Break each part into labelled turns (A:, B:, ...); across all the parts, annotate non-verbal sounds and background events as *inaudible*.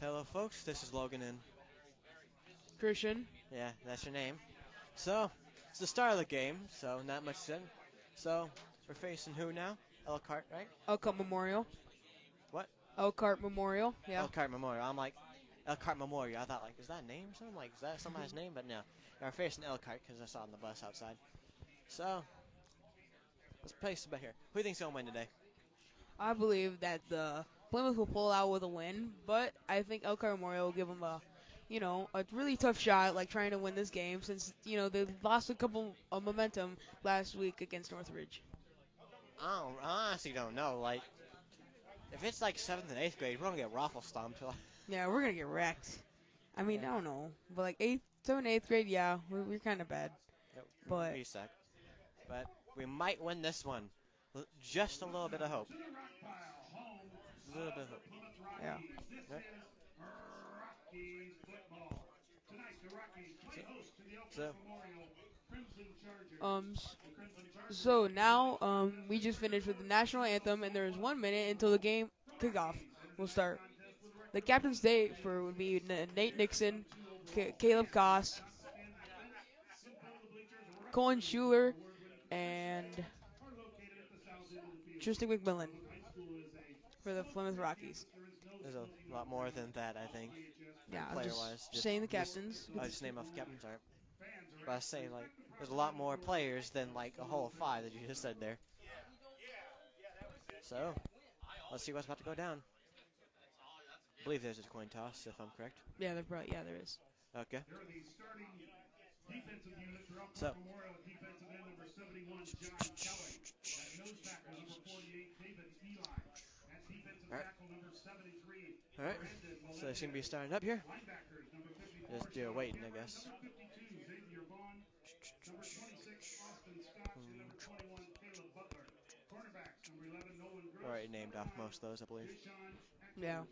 A: Hello, folks. This is Logan, and
B: Christian.
A: yeah, that's your name. So, it's the start of the game, so not much sin. So, we're facing who now? Elkhart, right?
B: Elkhart Memorial.
A: What? Oh.
B: Elkhart Memorial. Yeah.
A: Elkhart Memorial. I'm like, Elkhart Memorial. I thought, like, is that a name? Something like, is that somebody's name? But no. We're facing Elkhart because I saw it on the bus outside. So, let's place about here. Who do you think's going to win today?
B: I believe that the Plymouth will pull out with a win, but I think Elkhart Memorial will give them a, you know, a really tough shot, like trying to win this game since you know they lost a couple of momentum last week against Northridge.
A: I, don't, I honestly don't know. Like, if it's like seventh and eighth grade, we're gonna get raffle stomped.
B: Yeah, we're gonna get wrecked. I mean, I don't know, but like eighth, seventh, eighth grade, yeah, we're, we're kind of bad. But-
A: we suck. But we might win this one. L- Just a little bit of hope. A little bit of hope.
B: Yeah.
A: So,
B: Um. s- So now, um, we just finished with the national anthem, and there is one minute until the game kickoff will start. The captain's date for would be N- Nate Nixon, C- Caleb Koss, Colin Schuler, and Tristan McMillan for the Plymouth Rockies.
A: there's a lot more than that, I think.
B: Yeah, I'm
A: Player-wise,
B: just
A: just-
B: saying the
A: just-
B: captains.
A: I just name off the captains aren't. But I say like there's a lot more players than like a whole of five that you just said there. So, let's see what's about to go down. I believe there's a coin toss, if I'm correct.
B: Yeah, there probably yeah there is.
A: Okay.
C: They're the starting defensive units for Elkhart
A: So-
C: Memorial defensive end number 71, John Kelly. That nose tackle number 48, David Eli. That's defensive
A: All right.
C: tackle number 73,
A: All right. So they seem to be starting up here.
C: linebackers number 54,
A: Just do a waiting, I guess.
C: number 52, Xavier Bond. Number 26, Austin Scott. And number 21, Caleb Butler. Cornerbacks number 11, Nolan Gross.
A: Already named off most of those, I believe.
C: Deshaun Echols.
B: Yeah.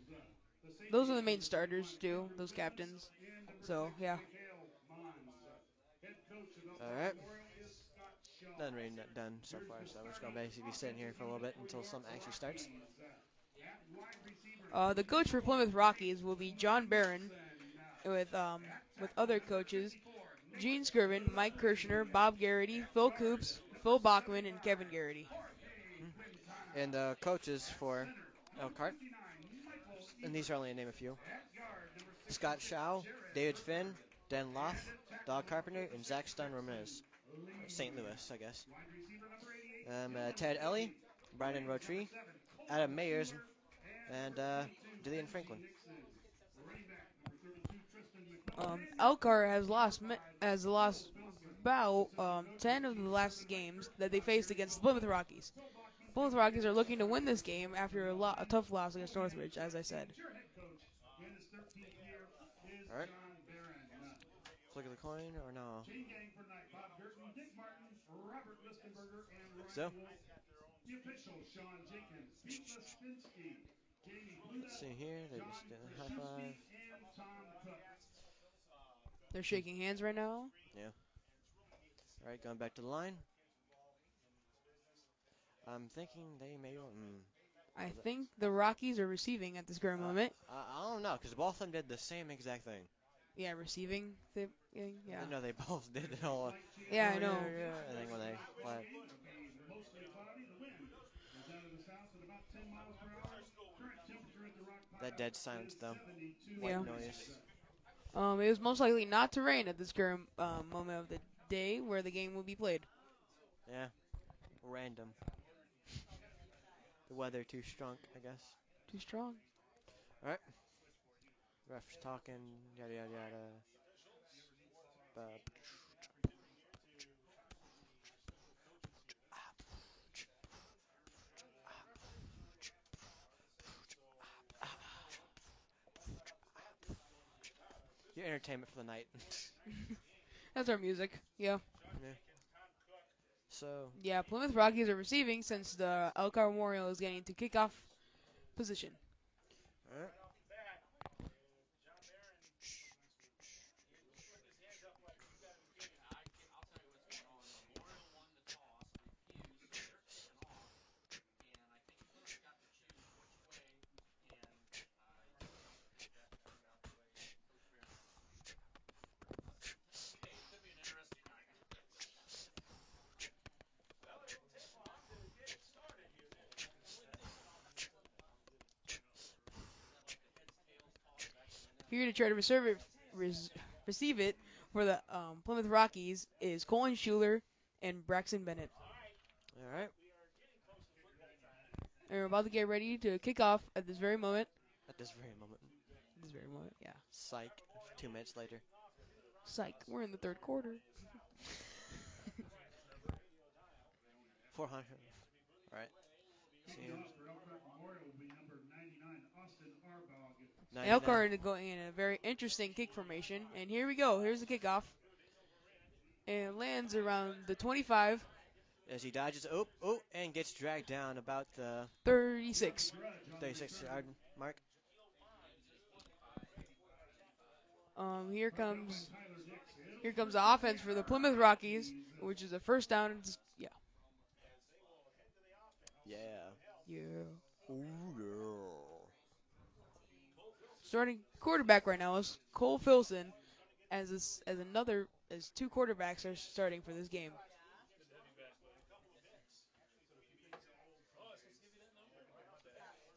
C: The safety
B: Those are the main starters too. Those captains.
C: and number
B: So yeah.
C: Mikhail Mons. Head coach of Elkhart
A: All right.
C: Memorial is Scott Shaw.
A: Nothing really not done so far, so we're just gonna basically be sitting here for a little bit until something actually starts.
C: At wide receiver,
B: Uh, the coach for Plymouth Rockies will be John Barron, with um, with other coaches, Gene Scriven, Mike Kirshner, Bob Garrity, Phil Coops, Phil Bachman, and Kevin Garrity.
A: And uh, coaches for Elkhart, and these are only a name a few: Scott Shaw, David Finn, Dan Loth, Doug Carpenter, and Zach Stein Ramirez, St. Louis, I guess. Um, uh, Ted Ellie, Brandon Rotri, Adam Mayers, and uh, Dillian Franklin.
B: Um, Elkhart has lost mi- has lost about um, 10 of the last games that they faced against the Plymouth Rockies. Plymouth Rockies are looking to win this game after a, lo- a tough loss against Northridge, as I said.
C: in his 13th year, is
A: All right.
C: John Barron.
A: Flick of the coin, or no?
C: Chain gang for tonight, Bob Gurton, Dick Martin, Robert Listenberger, and Ryan
A: So?
C: Wolf. The official, Sean Jenkins, Pete Lespinsky, Jamie Bluna,
A: Let's see here. They just did a high five.
C: Krasinski, and Tom Cook.
B: They're shaking hands right now.
A: All right, going back to the line. I'm thinking they may. Mm,
B: I think the Rockies are receiving at this current moment.
A: I, I don't know, because both of them did the same exact thing.
B: Yeah, receiving. The, yeah.
A: No, they *laughs* both did the whole. Oh,
B: Yeah, I know.
A: And then when they like,
C: Mostly cloudy, the wind is out of the south at about 10 miles per hour. Current temperature at the rock pile
A: that dead silence though,
C: is 72
A: white
B: Yeah.
A: noise.
B: Um, it was most likely not to rain at this current um, moment of the day where the game will be played.
A: Yeah, random. *laughs* the weather too strong, I guess.
B: Too strong.
A: Refs talking, yada yada yada. Ba- Your entertainment for the night.
B: That's our music. Yeah.
A: so,
B: Yeah, Plymouth Rockies are receiving since the Elkhart Memorial is getting to kickoff position.
A: alright.
B: Here to try to reserve it, res, receive it for the um, Plymouth Rockies is Colin Schuler and Braxton Bennett.
A: All right.
B: And we're about to get ready to kick off at this very moment.
A: At this very moment.
B: This very moment, yeah.
A: Psych. Two minutes later.
B: Psych, we're in the third quarter.
A: 400. All right. See
C: Kicking
A: you.
C: off for Elkhart Memorial will be number 99, Austin Arbog.
B: And
A: 99.
B: Elkhart is going in a very interesting kick formation. And here we go. Here's the kickoff. And it lands around the 25,
A: As he dodges, oh, oh, and gets dragged down about the
B: 36.
A: 36 yard mark.
B: Um, here comes here comes the offense for the Plymouth Rockies, which is a first down. and s- Yeah,
A: Yeah.
B: yeah.
A: Ooh,
B: Starting quarterback right now is Cole Filson, as this, as another as two quarterbacks are starting for this game.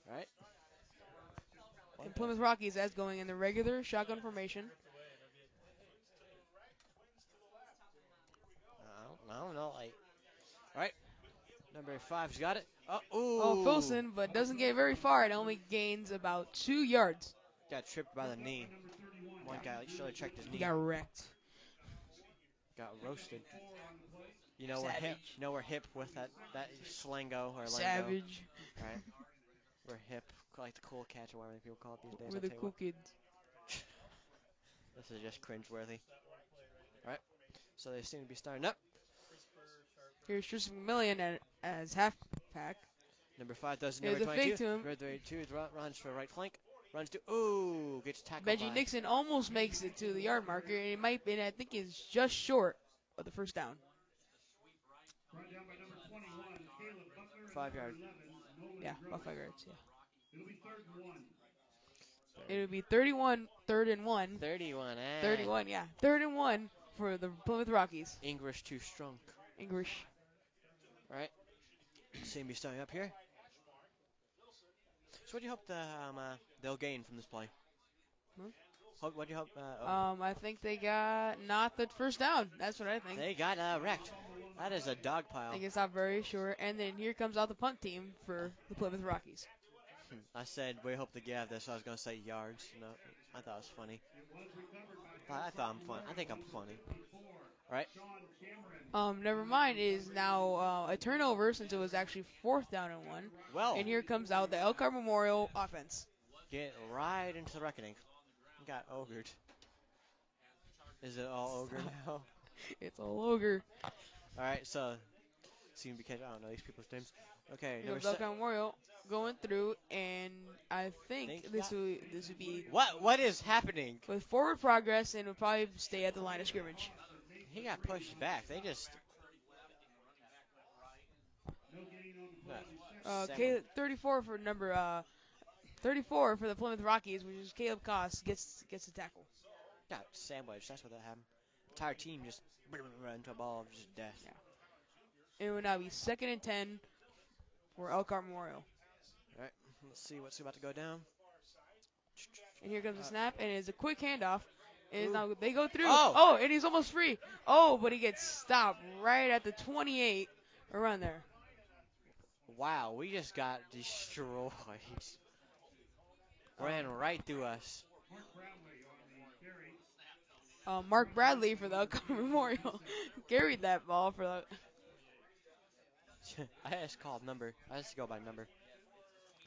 A: All right.
B: And Plymouth Rockies as going in the regular shotgun formation.
A: I don't, I don't know. Like, all right. Number five's got it. Oh, ooh.
B: Oh, Filson, but doesn't get very far. It only gains about two yards.
A: Got tripped by the knee. One guy like, should have checked his knee.
B: He got wrecked.
A: Got roasted. You know we're hip. You know we're hip with that that slango or lingo.
B: Savage.
A: Right. We're hip, like the cool catch or whatever people call it these days.
B: We're
A: I'll
B: the
A: tell you
B: cool kids.
A: what, this is just cringeworthy. All right. So they seem to be starting up.
B: Here's Tristan McMillian at, as halfback.
A: Number five does
B: Here's
A: number
B: a fake
A: 22.
B: to him.
A: Number 32 is ru- runs for right flank. Runs to ooh gets tackled
B: Benji
A: by
B: Nixon almost makes it to the yard marker, and it might be, and I think it's just short of the first down.
C: Brought down by number 21, Caleb Butler. and
A: Five
C: number
A: yard.
C: 11, Nolan
B: Yeah,
C: Drummond.
B: about five yards. Yeah.
C: It'll be third and one.
B: It would be 31, third and one.
A: 31. eh?
B: 31, yeah. Third and one for the Plymouth Rockies.
A: English too strong.
B: English.
A: Seem to be starting up here. So what do you hope the, um, uh, they'll gain from this play?
B: Hmm?
A: Hope, what do you hope? Uh,
B: Um, I think they got not the first down. That's what I think.
A: They got uh, wrecked. That is a dog pile.
B: They can stop very short, and then here comes out the punt team for the Plymouth Rockies.
A: Hmm. I said we hope to get this. I was gonna say yards. No, I thought it was funny. I, I thought I'm fun. I think I'm funny.
B: Um, never mind, it is now uh, a turnover since it was actually fourth down and one.
A: Well,
B: And here comes out the Elkhart Memorial offense.
A: get right into the reckoning. Got ogred. Is it all
B: *laughs*
A: ogre now?
B: It's all ogre.
A: All right, so seem to be catching. I don't know these people's names. Okay,
B: Here
A: number
B: comes
A: se-
B: Elkhart Memorial going through, and I
A: Think
B: think this
A: that-
B: will this would be
A: What what is happening?
B: with forward progress and would probably stay at the line of scrimmage.
A: He got pushed back. They just
C: No gain on the
A: No.
C: play. Second
B: Uh,
A: Second.
B: Caleb, 34 for number uh, 34 for the Plymouth Rockies, which is Caleb Koss gets gets the tackle.
A: got sandwiched. That's what that happened. Entire team just into a ball of just death.
B: Yeah. It would now be second and ten for Elkhart Memorial.
A: Let's see what's about to go down.
B: And here comes the snap, and it's a quick handoff. And it's now they go through.
A: Oh.
B: and he's almost free. Oh, but he gets stopped right at the 28, around there.
A: Wow, we just got
B: *laughs*
A: destroyed. Ran right through us. *laughs*
C: carry.
B: Uh, Mark Bradley for the Elkhart Memorial *laughs* carried that ball for the.
A: I just called number. I just go by number.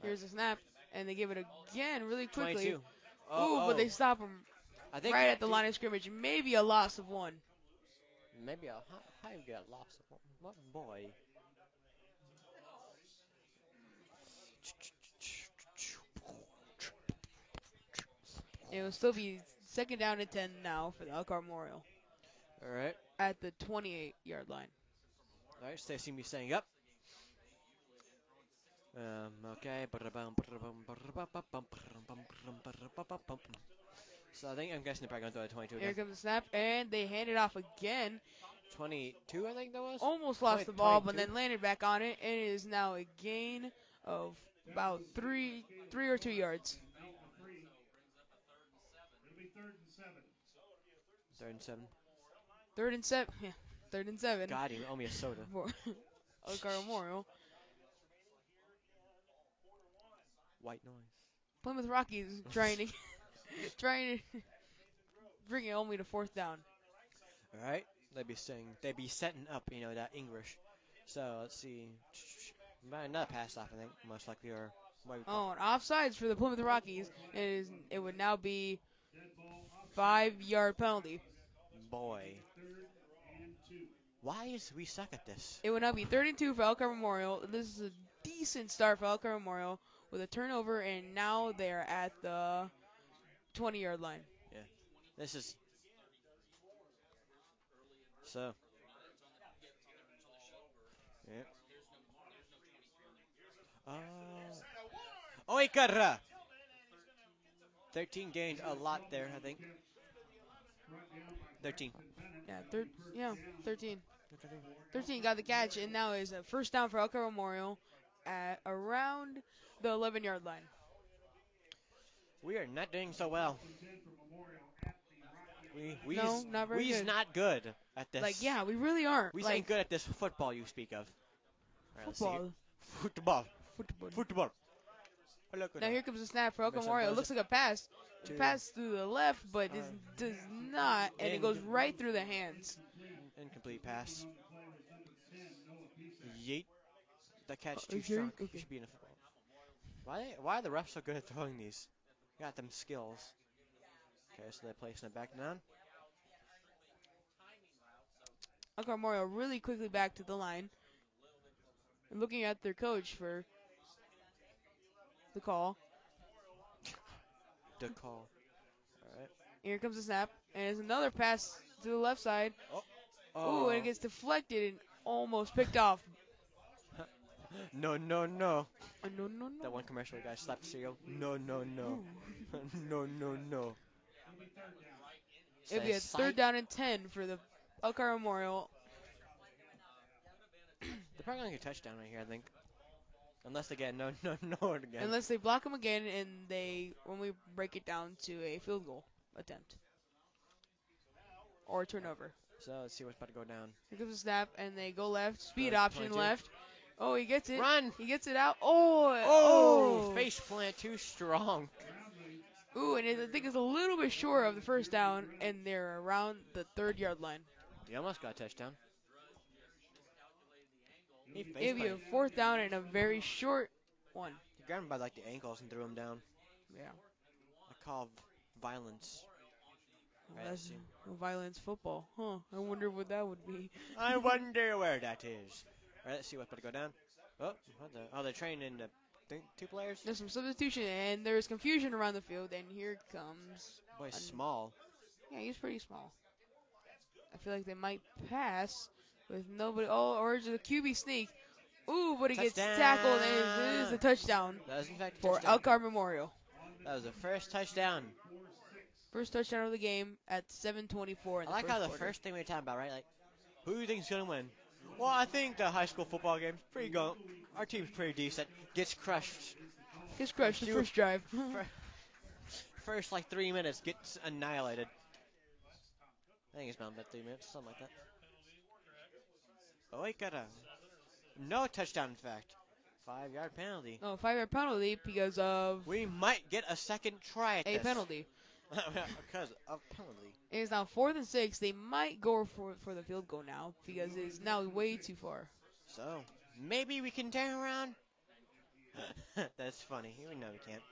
B: Here's the snap, and they give it again really quickly.
A: 22.
B: Ooh,
A: Oh, oh.
B: but they stop him
A: I think
B: right at the line of scrimmage. Maybe a loss of one.
A: Maybe I'll how, how you get lost. What, what boy?
B: It will still be second down and 10 now for the Elkhart Memorial
A: All right,
B: at the 28 yard line.
A: all right. So they seem to be staying up. Um. Okay. So I think I'm guessing they're probably gonna throw a 22
B: Here
A: again.
B: comes the snap, and they hand it off again.
A: 22, I think that was.
B: Almost lost the
A: Twenty-
B: ball, but
A: 22.
B: then landed back on it, and it is now a gain of about three, three or two yards.
C: third and seven.
A: Third and seven.
B: Third and seven. *laughs* Yeah, third and seven.
A: God, you owe me a soda.
B: *laughs* For Elkhart Memorial.
A: White noise.
B: Plymouth Rockies trying to *laughs* trying to *laughs* bring it only to fourth down.
A: All right. They'd be saying they'd be setting up, you know, that English. So let's see. Might another pass off, I think, much like we were. what we-
B: Oh, and offsides for the Plymouth Rockies. It is it would now be five yard penalty.
A: Boy, why is we suck at this?
B: It would now be 32 for Elkhart Memorial. This is a decent start for Elkhart Memorial with a turnover, and now they are at the 20 yard line.
A: This is so. Yeah. Uh, Oikara. Thirteen gained a lot there, I think. Thirteen.
B: Yeah, thir- yeah, 13. 13 got the catch, and now is a first down for Elkhart Memorial at around the 11 yard line.
A: We are not doing so well. We we's,
B: No, not very
A: we's
B: good.
A: not good at this.
B: Like, yeah, we really aren't.
A: We
B: like,
A: ain't good at this football you speak of. All right, let's see here.
B: football.
A: Football.
B: Football.
A: Football. Oh, Hello, good
B: Now
A: night.
B: here comes the snap for Elkhart
A: Missing
B: Memorial. It
A: those-
B: looks like a pass.
A: Two.
B: Pass through the left, but it does not, and it
A: And-
B: goes right through the hands.
A: Incomplete pass. Yeet. That catch
B: Oh,
A: too
B: okay,
A: strong.
B: okay.
A: Should be in a football. Why? Why are the refs so good at throwing these? Got them skills. Okay, so they're placing it back down.
B: Elkhart Memorial really quickly back to the line, and looking at their coach for the call.
A: The call. All right.
B: Here comes the snap, and there's another pass to the left side. Ooh,
A: Oh.
B: and it gets deflected and almost picked off.
A: Oh. no, no, no.
B: Uh, no, no, no.
A: That one commercial where the guy slapped cereal. No, no, no. *laughs* no, no, no.
B: It'd be a
A: Says
B: third
A: psych.
B: down and ten for the Elkhart Memorial.
A: They're probably gonna get a touchdown right here, I think. Unless they get no, *laughs* no, no again.
B: Unless they block him again, and they when we break it down to a field goal attempt or a turnover.
A: so let's see what's about to go down.
B: Here comes the snap, and they go left. Speed
A: Good,
B: option
A: 22.
B: left. Oh, he gets it.
A: Run!
B: He gets it out. Oh,
A: Oh, face plant too strong.
B: Ooh, and it, I think it's a little bit short of the first down, and they're around the third yard line.
A: He almost got a touchdown. He face
B: It'd be a
A: planted.
B: fourth down and a very short one.
A: He grabbed him by like the ankles and threw him down.
B: Yeah.
A: I call violence.
B: Well, that's violence football, huh? I wonder what that would be.
A: I
B: *laughs*
A: wonder where that is. All right, let's see what's about to go down. Oh, what the, oh, they're training the think two players.
B: There's some substitution, and there's confusion around the field, and here comes.
A: Boy, small.
B: Yeah, he's pretty small. I feel like they might pass with nobody. Oh, or is it a QB sneak? Ooh, but it gets tackled, and it is a touchdown
A: That was in fact a
B: for
A: touchdown.
B: Elkhart Memorial.
A: That was the first touchdown.
B: First touchdown of the game at 7:24. in
A: I like how the
B: quarter.
A: first thing we were talking about, right? Like, who do you think's gonna win? Well, I think the high school football game's pretty good. Our team's pretty decent. Gets crushed.
B: gets crushed the
A: two- *laughs*
B: first drive.
A: Fir- First, like three minutes, gets annihilated. I think it's about about three minutes, something like that. Oh, wait, got a no touchdown. In fact, five-yard penalty.
B: *laughs* oh, five-yard penalty because of
A: We might get a second try at
B: a
A: this.
B: penalty.
A: *laughs* because of penalty.
B: It is now fourth and six. They might go for for the field goal now because it is now way too far.
A: So maybe we can turn around. *laughs* That's funny. We know we can't.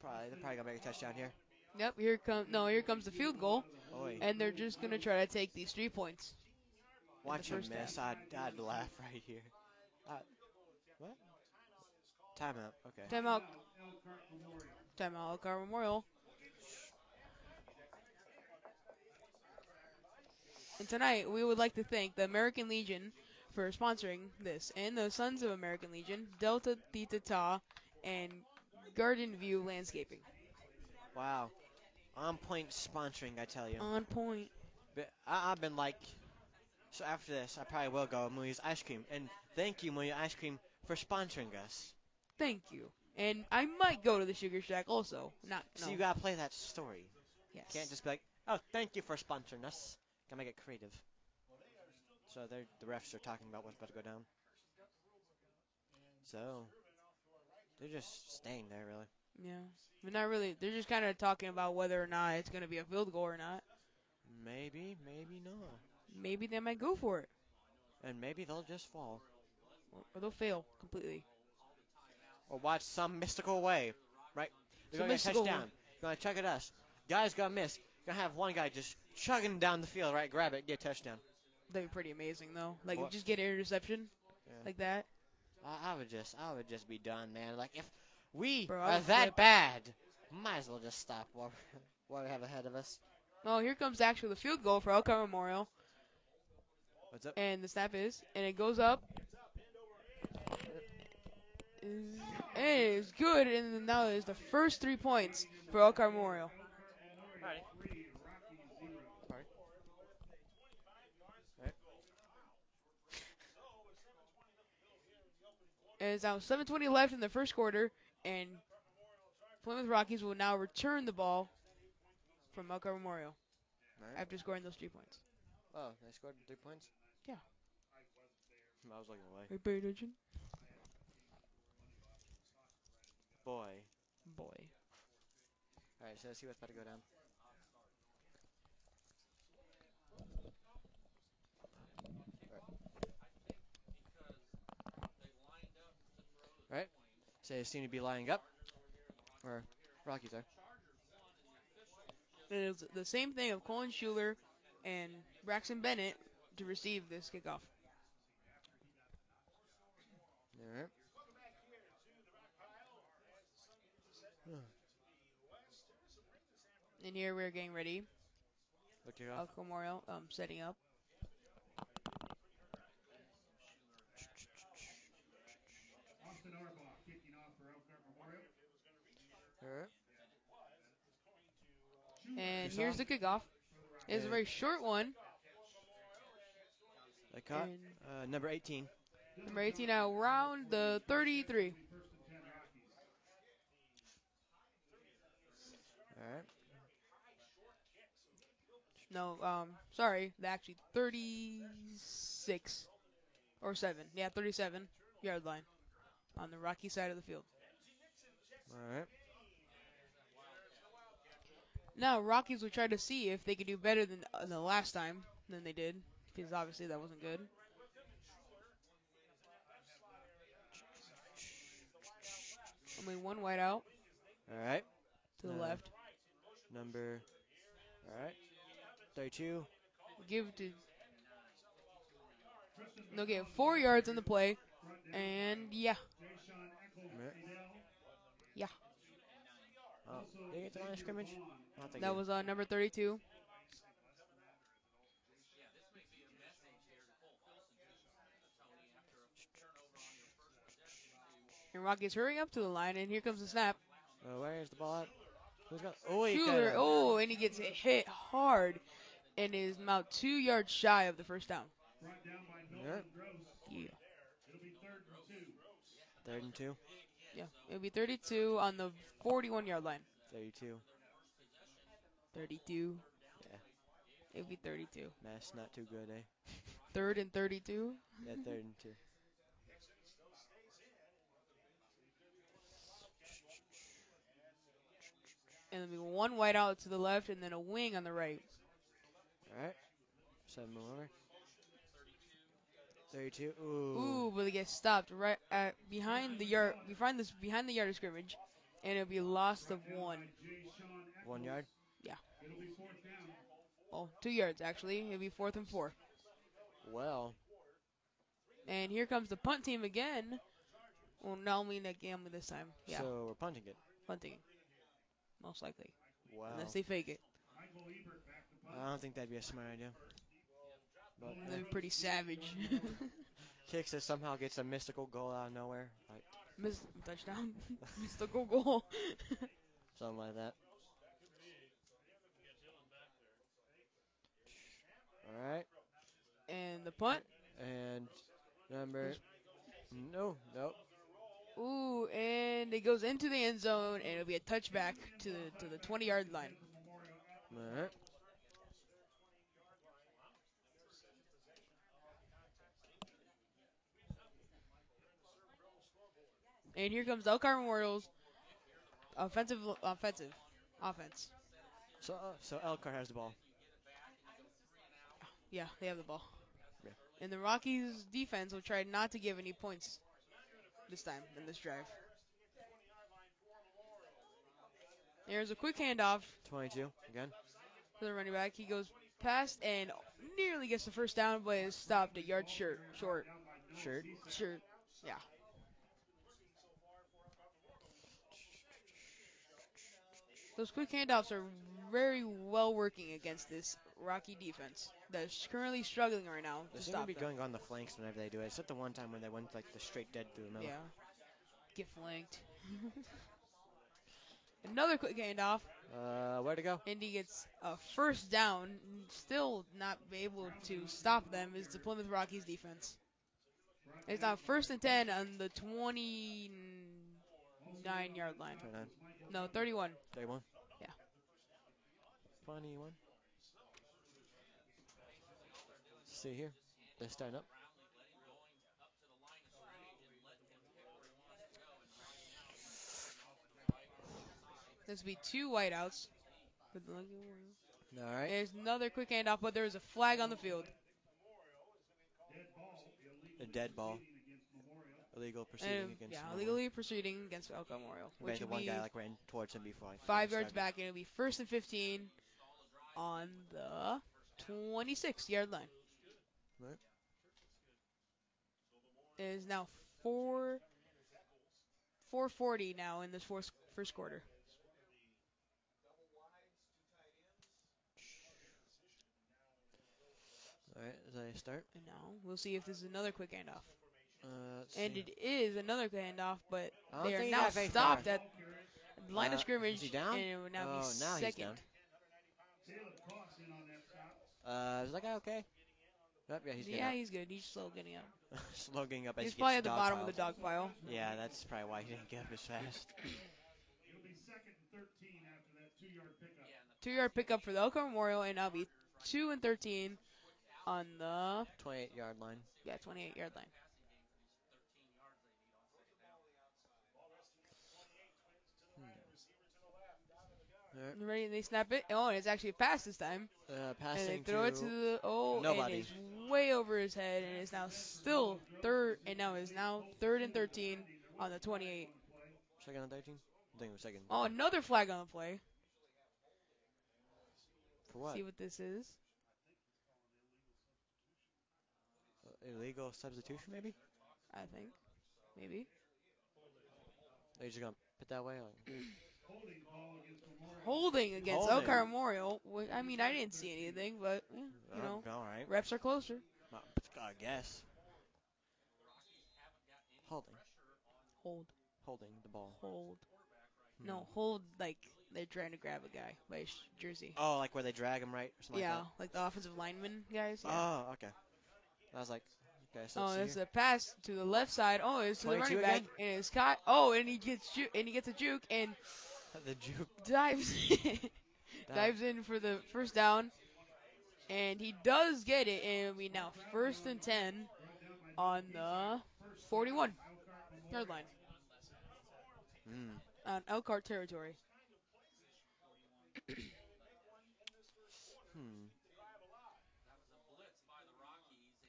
A: Probably they're probably gonna make a touchdown here.
B: Yep, here come no, here comes the field goal,
A: Oi,
B: and they're just gonna try to take these three points.
A: watch him
B: first
A: miss. I'd, I'd laugh right here. Uh, what? Timeout. Okay.
B: Timeout. Timeout. Elkhart Memorial. And tonight we would like to thank the American Legion for sponsoring this, and the Sons of American Legion, Delta Theta Ta, and Garden View Landscaping.
A: Wow. On point sponsoring, I tell you.
B: On point.
A: But I, I've been like, so after this, I probably will go Moya's Ice Cream. And thank you, Moya Ice Cream, for sponsoring us.
B: Thank you. And I might go to the Sugar Shack also. Not no.
A: So you gotta play that story.
B: Yes.
A: Can't just be like, oh, thank you for sponsoring us. Gotta make it creative. So they're, the refs are talking about what's about to go down. So they're just staying there, really.
B: Yeah. But not really. They're just kind of talking about whether or not it's going to be a field goal or not.
A: Maybe, maybe not.
B: Maybe they might go for it,
A: And maybe they'll just fall.
B: or, or they'll fail completely.
A: Or watch some mystical way, right? They're
B: Some
A: gonna get a
B: mystical way.
A: touchdown. Gonna chuck at us. Guy's gonna miss. Gonna have one guy just chugging down the field, right? Grab it, get a touchdown.
B: That'd be pretty amazing though. Like
A: What?
B: just get an interception
A: Yeah.
B: like that.
A: I, I would just, I would just be done, man. Like if we
B: Bro, I
A: are
B: would
A: that
B: flip.
A: bad, might as well just stop while *laughs* what we have ahead of us.
B: Oh, here comes actually the field goal for Elkhart Memorial,
A: What's up?
B: and the snap is, and it goes up. Is- And it's good, and then now it's the first three points for Elkhart Memorial. And it's now 7:20 left in the first quarter, and Plymouth Rockies will now return the ball from Elkhart Memorial
A: Alright.
B: after scoring those three points.
A: Oh, they scored three points.
B: Yeah.
A: I was looking away.
B: Are you paying attention?
A: Boy.
B: Boy.
A: All right, so let's see what's about to go down. Right. So they seem to be lining up. Or Rockies are.
B: And it was the same thing of Colin Schuler and Braxton Bennett to receive this kickoff.
A: All right.
B: And here we're getting ready.
A: Look you up.
B: Elko Memorial um, setting up.
C: Austin Arbaugh kicking off for Elkhart Memorial.
A: All right.
B: And
A: Good
B: here's the
A: job.
B: kickoff. It's a
A: Yeah.
B: very short one.
A: They caught
B: And
A: uh, number 18.
B: number 18 now round the 33.
C: First and 10 Rockies.
A: All right.
B: No, um, sorry, the- actually 36 or 7. Yeah, 37 yard line on the rocky side of the field.
A: All right.
B: Now Rockies will try to see if they could do better than uh, the last time than they did, because obviously that wasn't good. Only one whiteout
A: All right.
B: to the
A: No.
B: left.
A: Number. All right. 32.
B: Give to. They'll get four yards on the play, and yeah,
C: Deshaun Eccles.
A: All right.
B: Yeah.
A: Oh, did they get the line of scrimmage? I don't think
B: that
A: they-
B: was uh, number 32. And Rockies hurrying up to the line, and here comes the snap.
A: Uh, where is the ball at? Who's got? Oh, he got
B: Schuler,
A: it.
B: oh, and he gets hit hard, and is about two yards shy of the first down.
C: Brought down by
A: Yeah.
C: Milton Gross.
B: Yeah.
C: It'll be third and two.
A: Third and two.
B: Yeah. It'll be 32 on the 41 yard line.
A: 32.
B: 32.
A: Yeah.
B: It'll be 32.
A: Math's not too good, eh?
B: Third and 32.
A: Yeah, third and two.
B: And there'll be one whiteout to the left, and then a wing on the right.
A: All right. Seven move over. 32. Ooh.
B: Ooh, but they get stopped right at behind the yard. We find this behind the yard of scrimmage, and it'll be lost of one.
C: Deshaun Eccles.
A: One yard.
C: It'll be fourth down.
B: Oh, two yards actually. It'll be fourth and four.
A: Well.
B: And here comes the punt team again. Well, not only that gambling this time. Yeah,
A: So we're punting it.
B: punting. Most likely,
A: Wow.
B: unless they fake it.
C: Michael Ebert back to punt.
A: I don't think that'd be a smart idea. But
B: they
A: eh,
B: are pretty savage. *laughs*
A: kicks it somehow gets a mystical goal out of nowhere, like
B: Miss touchdown. *laughs* Missed the goal goal. *laughs*
A: something like that. All right.
B: and the punt.
A: And number. No, no.
B: Ooh, and it goes into the end zone, and it'll be a touchback to the to the 20 yard line.
C: Memorial at
A: All right.
B: And here comes Elkhart Memorial's offensive, offensive, offense.
A: So, uh, so Elkhart has the ball.
B: Yeah, they have the ball.
A: Yeah.
B: And the Rockies' defense will try not to give any points this time in this drive. There's a quick handoff
A: 22 again.
B: to the running back. He goes past and nearly gets the first down, but is stopped at yard short. Short.
A: Shirt.
B: Short. Yeah. Those quick handoffs are very well working against this Rocky defense that's currently struggling right now
A: They
B: to
A: seem to
B: stop
A: be
B: them.
A: going on the flanks whenever they do it. Except the one time when they went like the straight dead through the middle.
B: Yeah. Get flanked. *laughs* Another quick handoff,
A: Uh, where to go?
B: Indy gets a first down. Still not able to stop them is the Plymouth Rockies defense. It's on first and 10 on the 29 yard line.
A: 29,
B: No, 31.
A: 31.
B: Yeah.
A: 21. See here. They're starting up.
B: This will be two whiteouts. Good luck.
A: All right.
B: There's another quick handoff, but there is a flag on the field.
A: A dead ball. Illegal proceeding
B: And,
A: against.
B: Oh, yeah,
A: Memorial.
B: illegally proceeding against Elko Memorial,
A: Maybe
B: which
A: the
B: would
A: one
B: be
A: guy like ran towards him before. Like,
B: five
A: he
B: yards
A: started.
B: back, and it'll be first and 15 on the 26 yard line.
A: Right.
B: It is now four. 440 now in this first first quarter.
A: All right. They start.
B: And now we'll see if this is another quick handoff.
A: Uh, let's
B: And
A: see.
B: it is another quick handoff, but
A: I don't
B: they
A: think
B: are
A: he
B: now
A: got very
B: stopped
A: far.
B: at the line
A: Uh,
B: of
A: is
B: scrimmage.
A: he down?
B: And it will now
A: Oh, now
B: be
A: he's
B: second.
A: down.
C: Caleb Cross in on that stop.
A: Uh, is that guy okay? Yep, yeah, he's getting
B: yeah,
A: up.
B: he's good. He's slow getting up.
A: *laughs* slow getting up as
B: He's
A: he gets
B: probably at the
A: dog
B: bottom
A: piled.
B: of the dog pile.
A: Yeah, that's probably why he didn't get up as fast.
C: It'll be second and 13 after that two-yard pickup.
B: Two yard pickup for the Elko Memorial, and I'll be two and thirteen on the
A: 28 yard line.
B: yeah 28 yard line.
A: Alright,
B: And Ready? They snap it. Oh, and it's actually a pass this time.
A: Uh,
B: And they
A: passing
B: throw it to the oh,
A: nobody.
B: and it's way over his head, and it's now still third, and now it's now third and 13 on the 28.
A: second and 13. I think it was second.
B: Oh, another flag on the play.
A: for what?
B: See what this is.
A: Illegal substitution, maybe?
B: I think maybe.
A: Are you just gonna put that way? Like,
C: Holding ball against Memorial.
B: Holding against
A: Holding.
B: Elkhart Memorial. wh- I mean, I didn't see anything, but eh, you know,
A: all right.
B: reps are closer.
A: I guess. Holding,
B: Hold,
A: holding the ball.
B: hold.
A: Hmm.
B: No, hold like they're trying to grab a guy by his jersey.
A: Oh, like where they drag him, right? Or something
B: yeah,
A: Like
B: like the offensive lineman guys.
A: that?
B: Yeah.
A: Oh, okay. I was like, okay, so
B: oh,
A: let's see
B: that's
A: here.
B: a pass to the left side. Oh, it's to the
A: 22
B: running back, and it's caught. Oh, and he gets ju- and he gets a juke and
A: *laughs* the
B: *laughs*
A: juke.
B: dives dives in for the first down, and he does get it, and we now first and ten on the 41 yard line
A: Mm.
B: on Elkhart territory.
A: Hmm.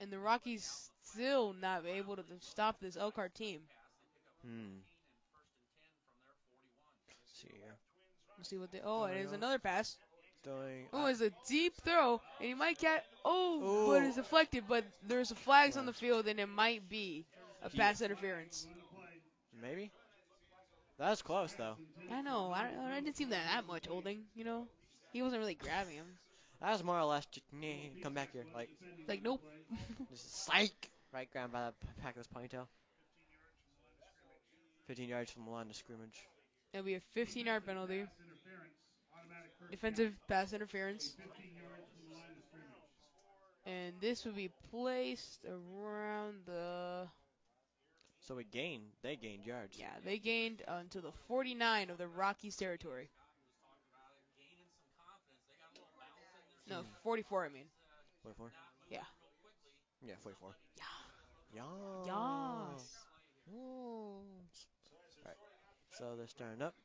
B: and the Rockies still not able to stop this Elkhart team.
A: Hmm. See here.
B: Let's see what they. Oh, and there's another pass.
A: Doing.
B: Oh, it's a deep throw, and he might get. Oh, but it's
A: Ooh.
B: deflected. But there's flags on the field, and it might be a pass interference.
A: Maybe. That was close though.
B: I know. I, don't- I didn't see that that much holding. You know, he wasn't really grabbing him.
A: That was more or less just, "Nah, come back here, like
B: Like nope. *laughs*
A: just psych, right ground by the p- back of his ponytail. 15 yards from the line of scrimmage.
B: It'll be a 15-yard penalty. Defensive pass interference. And this would be placed around the.
A: So we gained. They gained yards.
B: Yeah, they gained until the 49 of the Rockies territory. No,
A: Hmm.
B: 44. I mean.
A: 44?
B: Yeah.
A: Yeah, 44.
B: Yeah.
A: Yeah.
B: Yas.
A: Alright. So they're starting up.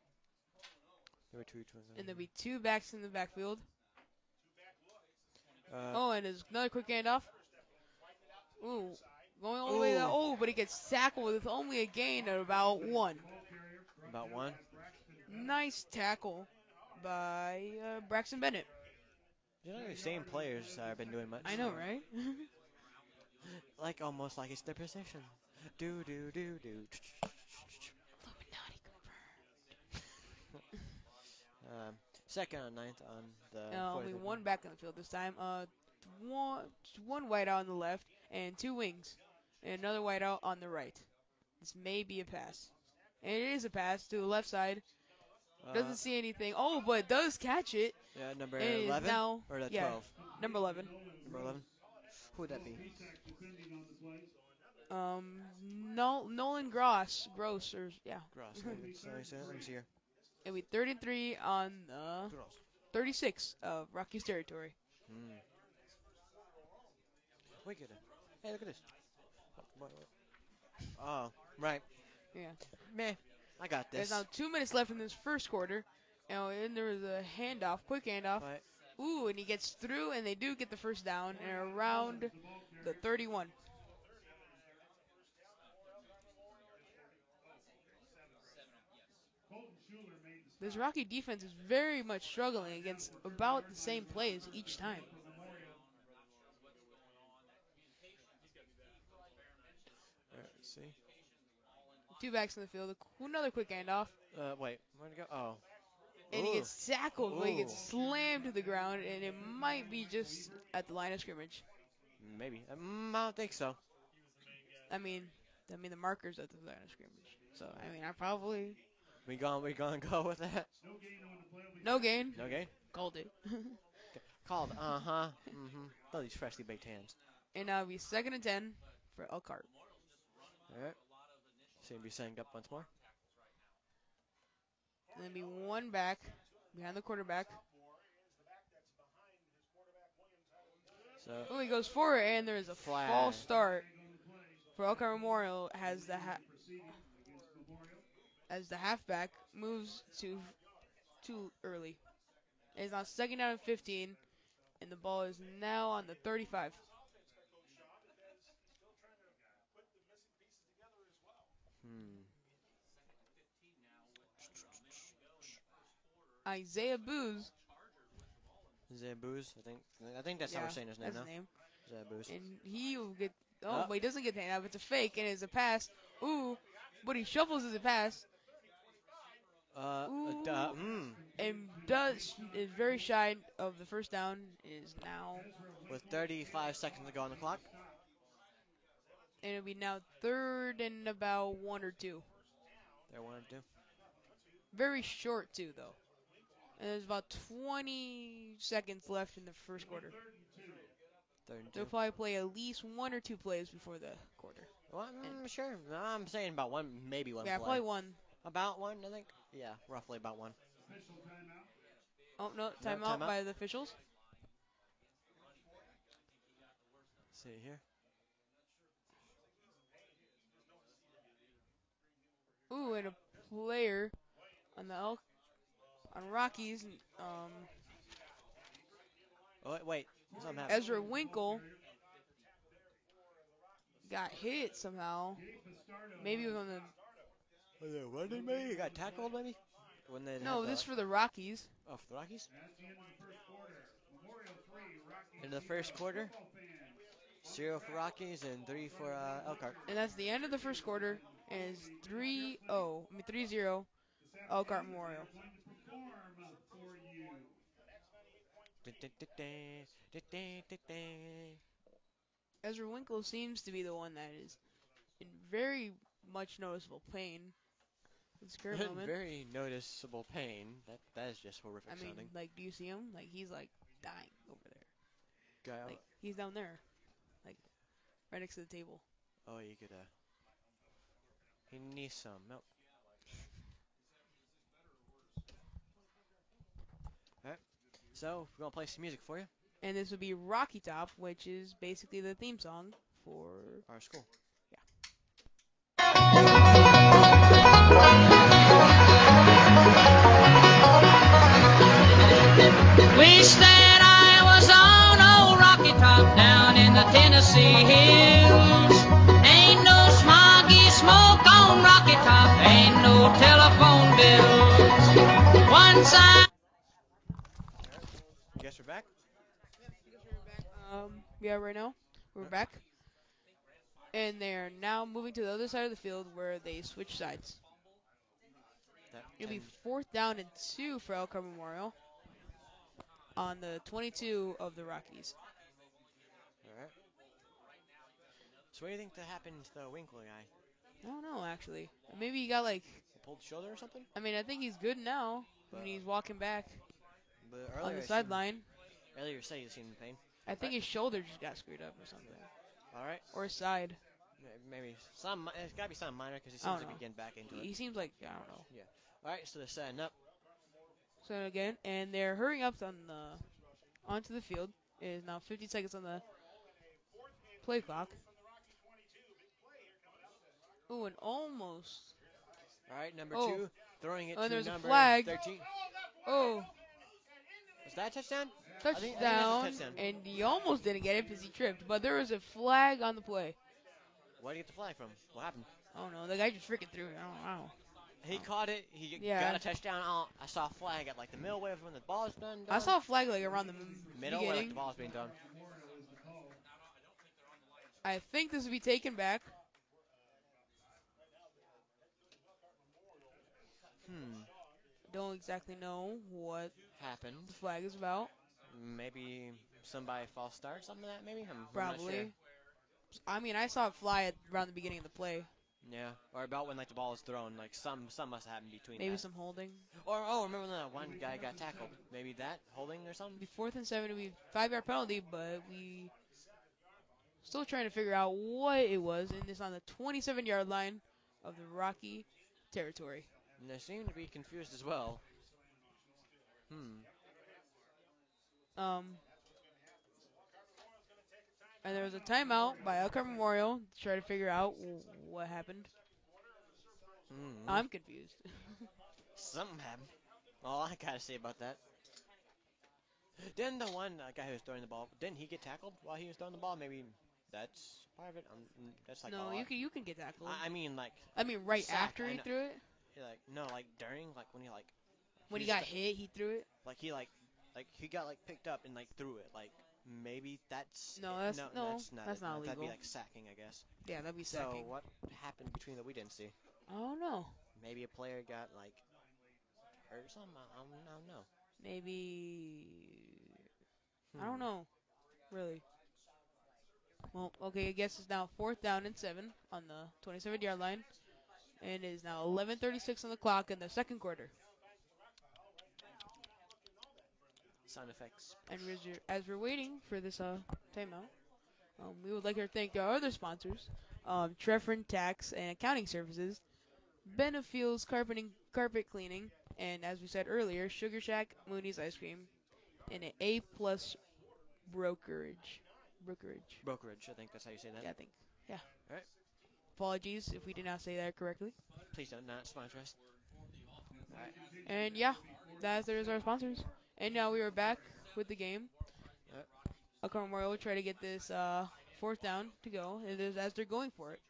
A: There were two twins.
B: And there'll be two backs in the backfield.
A: Uh,
B: Oh, and there's another quick handoff. Ooh, going all the way
A: Ooh.
B: down. Oh, but he gets tackled with only a gain of about one.
A: About one.
B: Nice tackle by uh, Braxton Bennett.
A: You know, the same players that have been doing much.
B: I know, right? *laughs*
A: Like almost like it's their position. Do do do do.
B: Illuminati confirmed.
A: Um, second and ninth on the.
B: Uh, only
A: 43.
B: one back on the field this time. Uh, one one white out on the left and two wings, and another white out on the right. This may be a pass, and it is a pass to the left side.
A: Uh,
B: Doesn't see anything. Oh, but does catch it.
A: yeah, number
B: and is
A: eleven
B: now
A: or the
B: yeah.
A: twelve.
B: number 11.
A: Number eleven. Who would that be?
B: Um, Nol- Nolan Gross, Gross, or yeah,
A: Gross. maybe. Sorry, sir. Let me see here.
B: it'll be 33 on the
A: Gross.
B: 36 of Rockies territory.
A: Hmm. Wait, get it. Hey, look at this. What- what- Oh, right.
B: Yeah.
A: Meh. I got this.
B: There's now two minutes left in this first quarter. And then there was a handoff, quick handoff.
A: Right.
B: Ooh, and he gets through, and they do get the first down, and around the 31. This Rocky defense is very much struggling against about the same plays each time.
A: Alright, see.
B: Two backs in the field, a qu- another quick handoff,
A: Uh, wait. Where'd it go? Oh.
B: and
A: Ooh.
B: he gets tackled, but he gets
A: Ooh.
B: slammed to the ground, and it might be just at the line of scrimmage.
A: Maybe. Mm, I don't think so.
B: I mean, I mean the markers at the line of scrimmage. So I mean, I probably
A: We gone. We gonna go with that.
B: no gain,
A: Okay.
B: called it. *laughs*
A: Called. Uh huh. Mm-hmm. Throw these freshly baked hands.
B: and now it'll be second and ten for Elkhart.
A: All right. Seem to be setting up once more.
B: And then be one back behind the quarterback.
A: So
B: Oh, he goes forward, and there is a
A: Flag.
B: false start for Elkhart Memorial as the ha- as the halfback moves to too early. It's now second down and 15, and the ball is now on the 35.
A: hmm.
B: Isaiah Booz,
A: Zabooz. I think. I think that's how
B: Yeah,
A: we're saying his name
B: that's his name.
A: now. Zabooz.
B: And he will get. Oh,
A: Uh.
B: but he doesn't get the handoff. It's a fake, and it's a pass. Ooh, but he shuffles as a pass,
A: Uh.
B: Ooh.
A: Duh. Mm.
B: and does is very shy of the first down. Is now,
A: With 35 seconds to go on the clock.
B: and it'll be now third and about one or two.
A: There one and two.
B: Very short too, though. And there's about 20 seconds left in the first quarter.
A: Third and
B: They'll
A: two.
B: probably play at least one or two plays before the quarter.
A: Well, mm, sure. I'm saying about one, maybe one
B: yeah,
A: play.
B: probably one.
A: About one, I think. Yeah, roughly about one.
B: Oh
A: No,
B: no, timeout,
A: timeout.
B: by the officials.
A: see here.
B: Ooh, and a player on the elk on Rockies, um,
A: Oh, wait, wait. Something happened.
B: Ezra Winkle got hit somehow. Maybe on the
A: Oh, they running me? You got tackled, maybe? When they
B: no,
A: had the,
B: this for the Rockies.
A: oh, for the Rockies? In the first quarter, zero for Rockies and three for uh, Elkhart.
B: And that's the end of the first quarter, and it's 3-0, I mean 3-0, Elkhart Memorial. Ezra Winkle seems to be the one that is in very much noticeable pain. at This current moment.
A: *laughs* Very noticeable pain. That that is just horrific
B: I mean,
A: sounding.
B: like, do you see him? Like, he's like dying over there.
A: Guy, oh,
B: Like, he's down there, like, right next to the table.
A: oh, you could. Uh, he needs some milk. *laughs* Alright, so we're gonna play some music for you.
B: and this would be Rocky Top, which is basically the theme song for.
A: Our school.
D: Wish that I was on old Rocky Top down in the Tennessee hills. Ain't no smoggy smoke on Rocky Top, ain't no telephone bills. Once I
A: Guess we're back.
B: Um, yeah, right now we're back, and they're now moving to the other side of the field where they switch sides.
A: That-
B: It'll be
A: and
B: fourth down and two for Elkhart Memorial on the 22 of the Rockies.
A: Alright. So what do you think that happened to the Winkler guy?
B: I don't know actually. Maybe he got like.
A: He pulled his shoulder or something?
B: I mean, I think he's good now when
A: But-
B: he's walking back
A: But earlier
B: on
A: I
B: the
A: seen-
B: sideline.
A: Earlier said he seen the pain.
B: I think his shoulder just got screwed up or something,
A: Alright.
B: or his side.
A: Maybe some. mi- It's gotta be something minor because he
B: I
A: seems to
B: don't
A: be
B: know.
A: getting back into
B: He
A: it.
B: seems like I don't know.
A: All right, so they're setting up.
B: So again, and they're hurrying up on the onto the field. It is now 50 seconds on the play clock. Ooh, and almost.
A: All right, number
B: Oh.
A: two, throwing it
B: Oh,
A: to
B: there's a
A: number
B: flag.
A: 13.
B: Oh,
A: Was that a touchdown? I think- I think
B: touchdown.
A: that's a touchdown.
B: And he almost didn't get it because he tripped. But there was a flag on the play.
A: Where'd he get the flag from? What happened?
B: Oh no, the guy just freaking threw it. I don't know.
A: He caught it. He
B: Yeah.
A: got a touchdown. Oh, I saw a flag at like the middle wave when the ball is done.
B: I
A: done.
B: saw a flag like around the m-
A: middle where like
B: beginning.
A: the ball's being done.
B: I think this will be taken back.
A: Hmm,
B: Don't exactly know what
A: happened.
B: the flag is about.
A: Maybe somebody false start something like that. Maybe I'm, I'm not sure.
B: Probably. I mean, I saw it fly at around the beginning of the play.
A: Yeah, or about when like the ball is thrown. Like some some must happen between.
B: Maybe
A: that.
B: some holding.
A: Or oh, remember when that one guy got tackled? Maybe that holding or something.
B: It'd be fourth and seven. It'd be five yard penalty, but we still trying to figure out what it was, and it's on the 27 yard line of the Rocky territory.
A: And they seem to be confused as well. Hmm.
B: Um, and there was a timeout by Elkhart Memorial to try to figure out wh- what happened.
A: Hmm.
B: I'm confused.
A: Something happened. All I gotta say about that. Didn't the one uh, guy who was throwing the ball, didn't he get tackled while he was throwing the ball? Maybe that's part of it. Um, that's like
B: no,
A: all
B: you
A: I,
B: can you can get tackled.
A: I, I mean, like,
B: I mean, right
A: Sack,
B: after
A: I
B: he
A: know.
B: threw it,
A: he, like no, like during, like when he like
B: when he
A: was
B: got
A: th-
B: hit, he threw it.
A: like he like, like he got like picked up and like threw it. Like maybe that's
B: No,
A: it.
B: that's-
A: no,
B: no,
A: that's not
B: that's
A: it.
B: not
A: That'd be
B: illegal.
A: like sacking, I guess.
B: Yeah, that'd be
A: So
B: sacking.
A: what happened between that we didn't see?
B: I don't know.
A: Maybe a player got like hurt or something. I I don't, I don't know.
B: Maybe I don't
A: Hmm.
B: know, really. Well, okay, I guess it's now fourth down and seven on the 27-yard line, and it is now 11:36 on the clock in the second quarter.
A: Sound effects.
B: And as you're- as we're waiting for this uh timeout, um, we would like to thank our other sponsors, um, Trefren Tax and Accounting Services, Benefields Carpeting Carpet Cleaning, and as we said earlier, Sugar Shack, Mooney's Ice Cream, and an A plus brokerage. Brokerage.
A: Brokerage, I think that's how you say that.
B: Yeah, I think. Yeah.
A: Alright.
B: Apologies if we did not say that correctly.
A: Please don't not sponsor us.
B: And yeah, that's there's our sponsors. And now we are back with the game.
A: Yep.
B: Elkhart Memorial will try to get this uh, fourth down to go, and it is as they're going for it.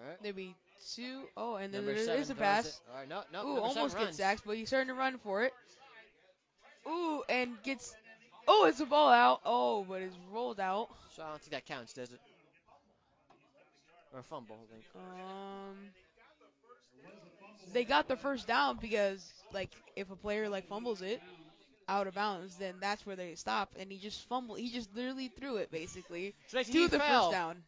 A: Alright.
B: There'll be two oh and then there is a pass.
A: Alright, no, no.
B: Ooh,
A: number seven
B: almost gets
A: runs.
B: sacked, but he's starting to run for it. Ooh, and gets. Oh, it's a ball out. Oh, but it's rolled out.
A: So I don't think that counts, does it? Or a fumble, I think.
B: Um, they got the first down because like if a player like fumbles it out of bounds, then that's where they stop. And he just fumbled. He just literally threw it basically
A: So basically,
B: to
A: he
B: the
A: fell.
B: first down.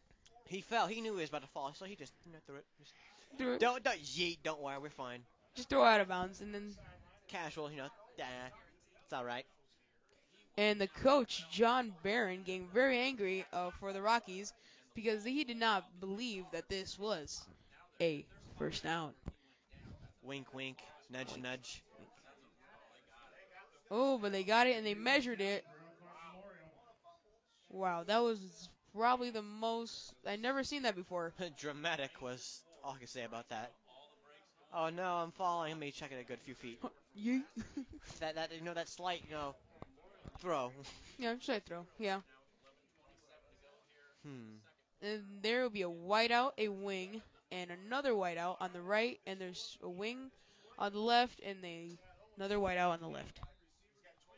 A: He fell. He knew he was about to fall, so he just you know, threw it. Just-
B: Threw it,
A: Don't, don't yeet. Don't worry, we're fine.
B: just throw it out of bounds, and then
A: Casual, you know. Nah, it's all right.
B: and the coach John Barron getting very angry uh, for the Rockies because he did not believe that this was a first down.
A: Wink, wink. Nudge, *laughs* nudge.
B: Oh, but they got it and they measured it Wow, that was probably the most I never seen that before.
A: Dramatic was all I can say about that. Oh no, I'm falling. Let me check it a good few feet.
B: You
A: That that you know that slight you know throw.
B: *laughs*
A: *laughs*
B: Yeah, straight throw. Yeah.
A: Hmm.
B: And there will be a whiteout, a wing, and another whiteout on the right, and there's a wing on the left, and a, another whiteout on the left.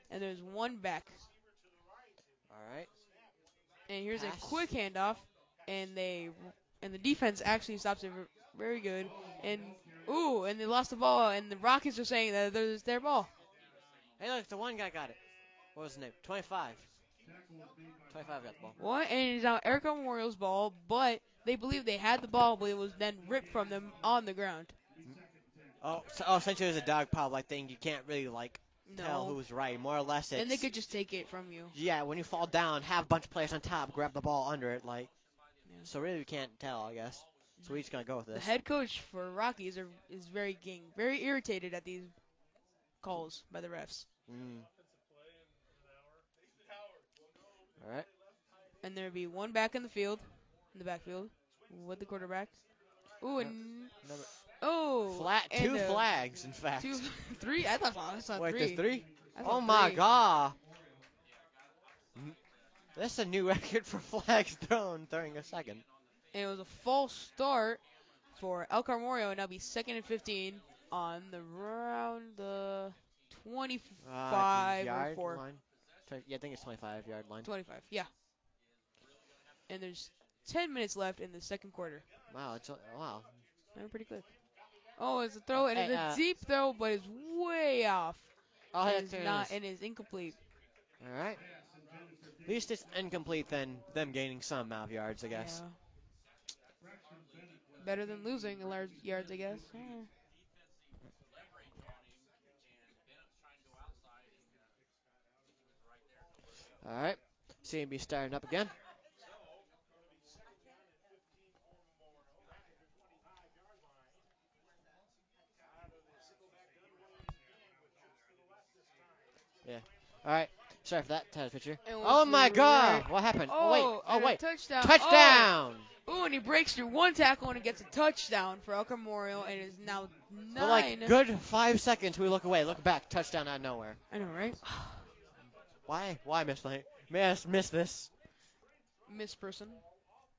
B: And there's one back.
A: All right.
B: And here's
A: Pass.
B: a quick handoff, and they and the defense actually stops it ver- very good. And ooh, and they lost the ball, and the Rockets are saying that there's their ball.
A: Hey, look, the one guy got it. What was his name? 25. 25 got the ball.
B: What? And it's now Eric Memorial's ball, but they believe they had the ball, but it was then ripped from them on the ground.
A: Oh, so, oh, essentially it was a dog pile like thing. You can't really like
B: No.
A: tell who was right. More or less, it's
B: and they could just take it from you.
A: yeah. When you fall down, have a bunch of players on top, grab the ball under it, like.
B: Yeah.
A: So really, we can't tell, I guess. So we're just gonna go with
B: The
A: this.
B: head coach for Rockies are, is very ging, very irritated at these calls by the refs.
A: Mm. All right.
B: And there'll be one back in the field, in the backfield, with the quarterback. Ooh, and
A: Another
B: oh,
A: flat,
B: and
A: two
B: a-
A: flags, in fact.
B: two, *laughs* three. I thought I saw
A: Wait,
B: three.
A: there's three?
B: I saw
A: Oh my
B: three.
A: god. Mm. That's a new *laughs* record for flags thrown during a second.
B: And it was a false start for El Carmorio, and that'll be second and 15 on the round the
A: Uh,
B: 25 or
A: yard
B: 4.
A: line. Twen- Yeah, I think it's 25 yard line.
B: 25, yeah. And there's 10 minutes left in the second quarter.
A: Wow, it's a- wow.
B: They're pretty quick. Oh, it's a throw, and it's
A: Hey, uh,
B: a deep throw, but it's way off.
A: Oh,
B: and
A: that's
B: it's not, and it's incomplete.
A: All right. At least it's incomplete than them gaining some amount of yards, I guess.
B: Yeah. Better than losing a large yards, I guess. Yeah.
A: All right. CMB starting up again. Yeah. All right. Sorry for that. Tired picture.
B: And we'll
A: Oh
B: see
A: my
B: the
A: God!
B: right-
A: What happened?
B: Oh,
A: Oh wait. Oh
B: and a
A: wait.
B: touchdown.
A: Touchdown!
B: Oh, ooh, and he breaks through one tackle and he gets a touchdown for El Camorrio and is now
A: For
B: nine.
A: like good five seconds, we look away, look back, touchdown out of nowhere.
B: I know, right?
A: Why? Why miss? Lane? Miss, miss this.
B: Miss person,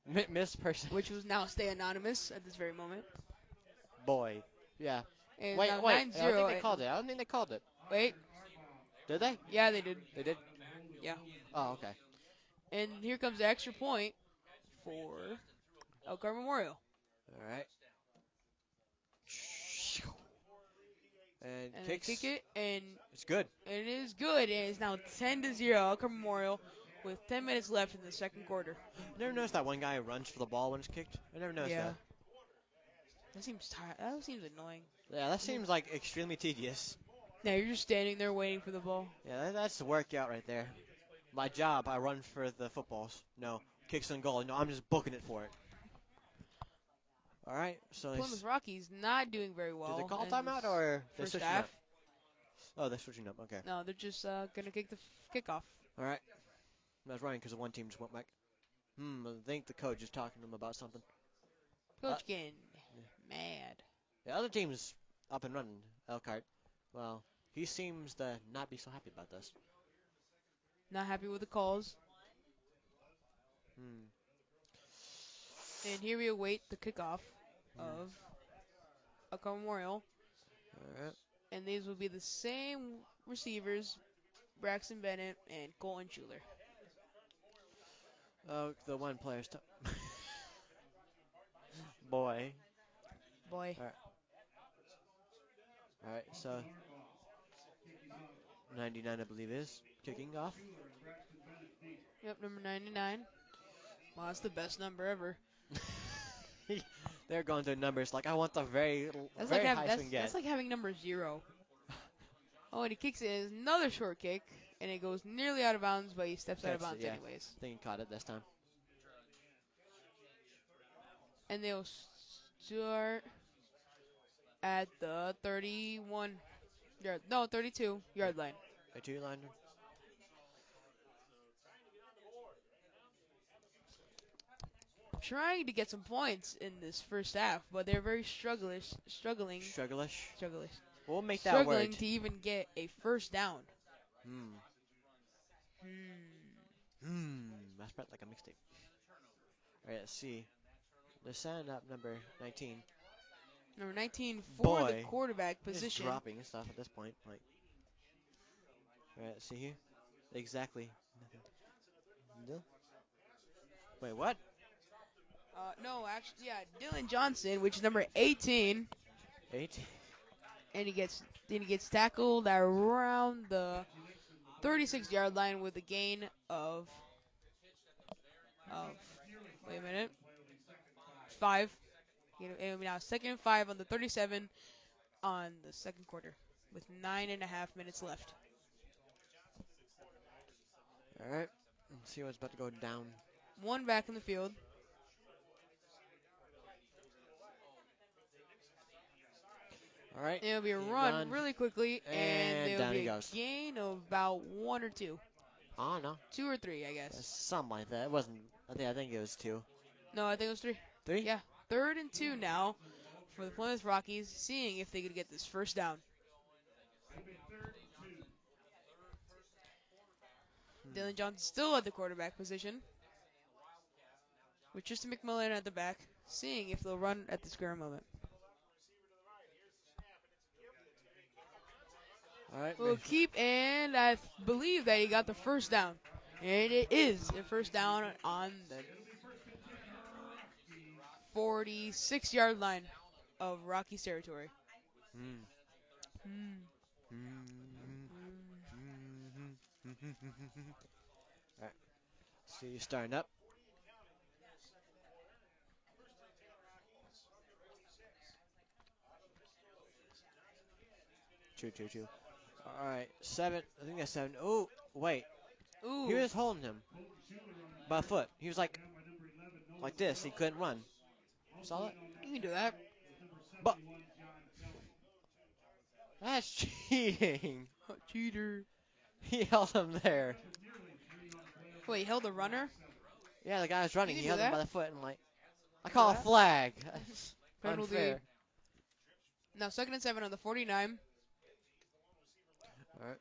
A: Mi- miss person.
B: which was now stay anonymous at this very moment.
A: boy? Yeah.
B: And
A: Wait,
B: now
A: wait. I
B: 9
A: don't think they
B: and-
A: called it. I don't think they called it.
B: Wait,
A: Did they?
B: yeah, they did.
A: They did.
B: Yeah.
A: Oh, okay.
B: And here comes the extra point for Elkhart Memorial.
A: All right. And,
B: And
A: kicks.
B: they kick it, and
A: It's good.
B: it is good. And it's now 10 to 0 Elkhart Memorial with 10 minutes left in the second quarter.
A: Never noticed that one guy who runs for the ball when it's kicked. I never noticed
B: yeah. That seems tired. That seems annoying.
A: that. Yeah, that seems like extremely tedious.
B: Now you're just standing there waiting for the ball.
A: Yeah, that, that's the workout right there. My job, I run for the footballs. No, kicks on goal. No, I'm just booking it for it. All right, so they
B: Plymouth
A: s-
B: Rockies not doing very well.
A: did they call
B: and
A: timeout or they're
B: for
A: switching
B: staff?
A: up? Oh, they're switching up. Okay,
B: No, they're just uh, gonna kick the f- kickoff.
A: all right. I was running because the one team just went back. Hmm, I think the coach is talking to them about something.
B: Coach
A: Uh,
B: getting mad.
A: The other team's up and running, Elkhart. Well, he seems to not be so happy about this.
B: Not happy with the calls.
A: Hmm.
B: And here we await the uh, kickoff
A: Hmm.
B: of a Memorial,
A: Alright.
B: and these will be the same receivers: Braxton Bennett and Colton Schuler.
A: Oh, the one player's. T- *laughs* Boy.
B: Boy,
A: Alright, so. 99, I believe, is kicking off. *laughs*
B: yep, number 99. Well, that's the best number ever.
A: They're going through numbers like, I want the very, l-
B: That's
A: very
B: like
A: high
B: having,
A: swing
B: that's,
A: get.
B: that's like having number zero. oh, and he kicks it. It's another short kick, and it goes nearly out of bounds, but he steps out of
A: That's it,
B: bounds
A: yeah.
B: anyways.
A: I think he caught it this time.
B: And they'll s- start at the 31 yard, no, 32 yard line.
A: A two line.
B: trying to get some points in this first half, but they're very strugglish, struggling,
A: Struggleish.
B: struggling,
A: We'll make that
B: struggling
A: word.
B: to even get a first down.
A: Hmm. Hmm. That's about like a mixtape. Alright, let's see. They're signing up number 19.
B: Number 19 for the
A: Boy.
B: quarterback
A: They're just
B: position.
A: dropping and stuff at this point. Like. Alright, let's see here. Exactly. Nothing. No. Wait, what?
B: Uh, no, actually, yeah, Dylan Johnson, which is number 18,
A: 18.
B: and he gets and he gets tackled around the 36-yard line with a gain of of wait a minute five. You know, and now second and five on the 37 on the second quarter with nine and a half minutes left.
A: Alright. Let's see what's about to go down.
B: One back in the field.
A: Alright.
B: It'll be a
A: He
B: run,
A: run.
B: really quickly,
A: And
B: and,
A: down
B: it'll
A: he
B: be a
A: goes.
B: gain of about one or two,
A: I don't know.
B: two or three, I guess.
A: Ah, Something like that. It wasn't. I think, I think it was two.
B: No, I think it was three.
A: Three?
B: Yeah, third and two now for the Plymouth Rockies, seeing if they could get this first down. Dylan Johnson still at the quarterback position, with Tristan McMillan at the back, seeing if they'll run at this current moment.
A: Alright.
B: We'll
A: they-
B: keep, and I believe that he got the first down, and it is a first down on the 46-yard line of Rockies territory.
A: Hmm.
B: Hmm.
A: Mm-hmm. Alright. So you're starting up. Choo choo choo. Alright, seven. I think that's seven. Oh, wait.
B: Ooh.
A: He was holding him by a foot. He was like, like this. He couldn't run. Saw it?
B: You can do that.
A: But. That's *laughs* cheating.
B: Cheater.
A: He held him there.
B: Wait, he held the runner?
A: Yeah, the guy was running.
B: You
A: He
B: can
A: held
B: do
A: him
B: that.
A: by the foot and like, I
B: do
A: call a
B: that.
A: flag. *laughs*
B: Penalty.
A: Unfair.
B: Now second and seven on the 49.
A: Alright.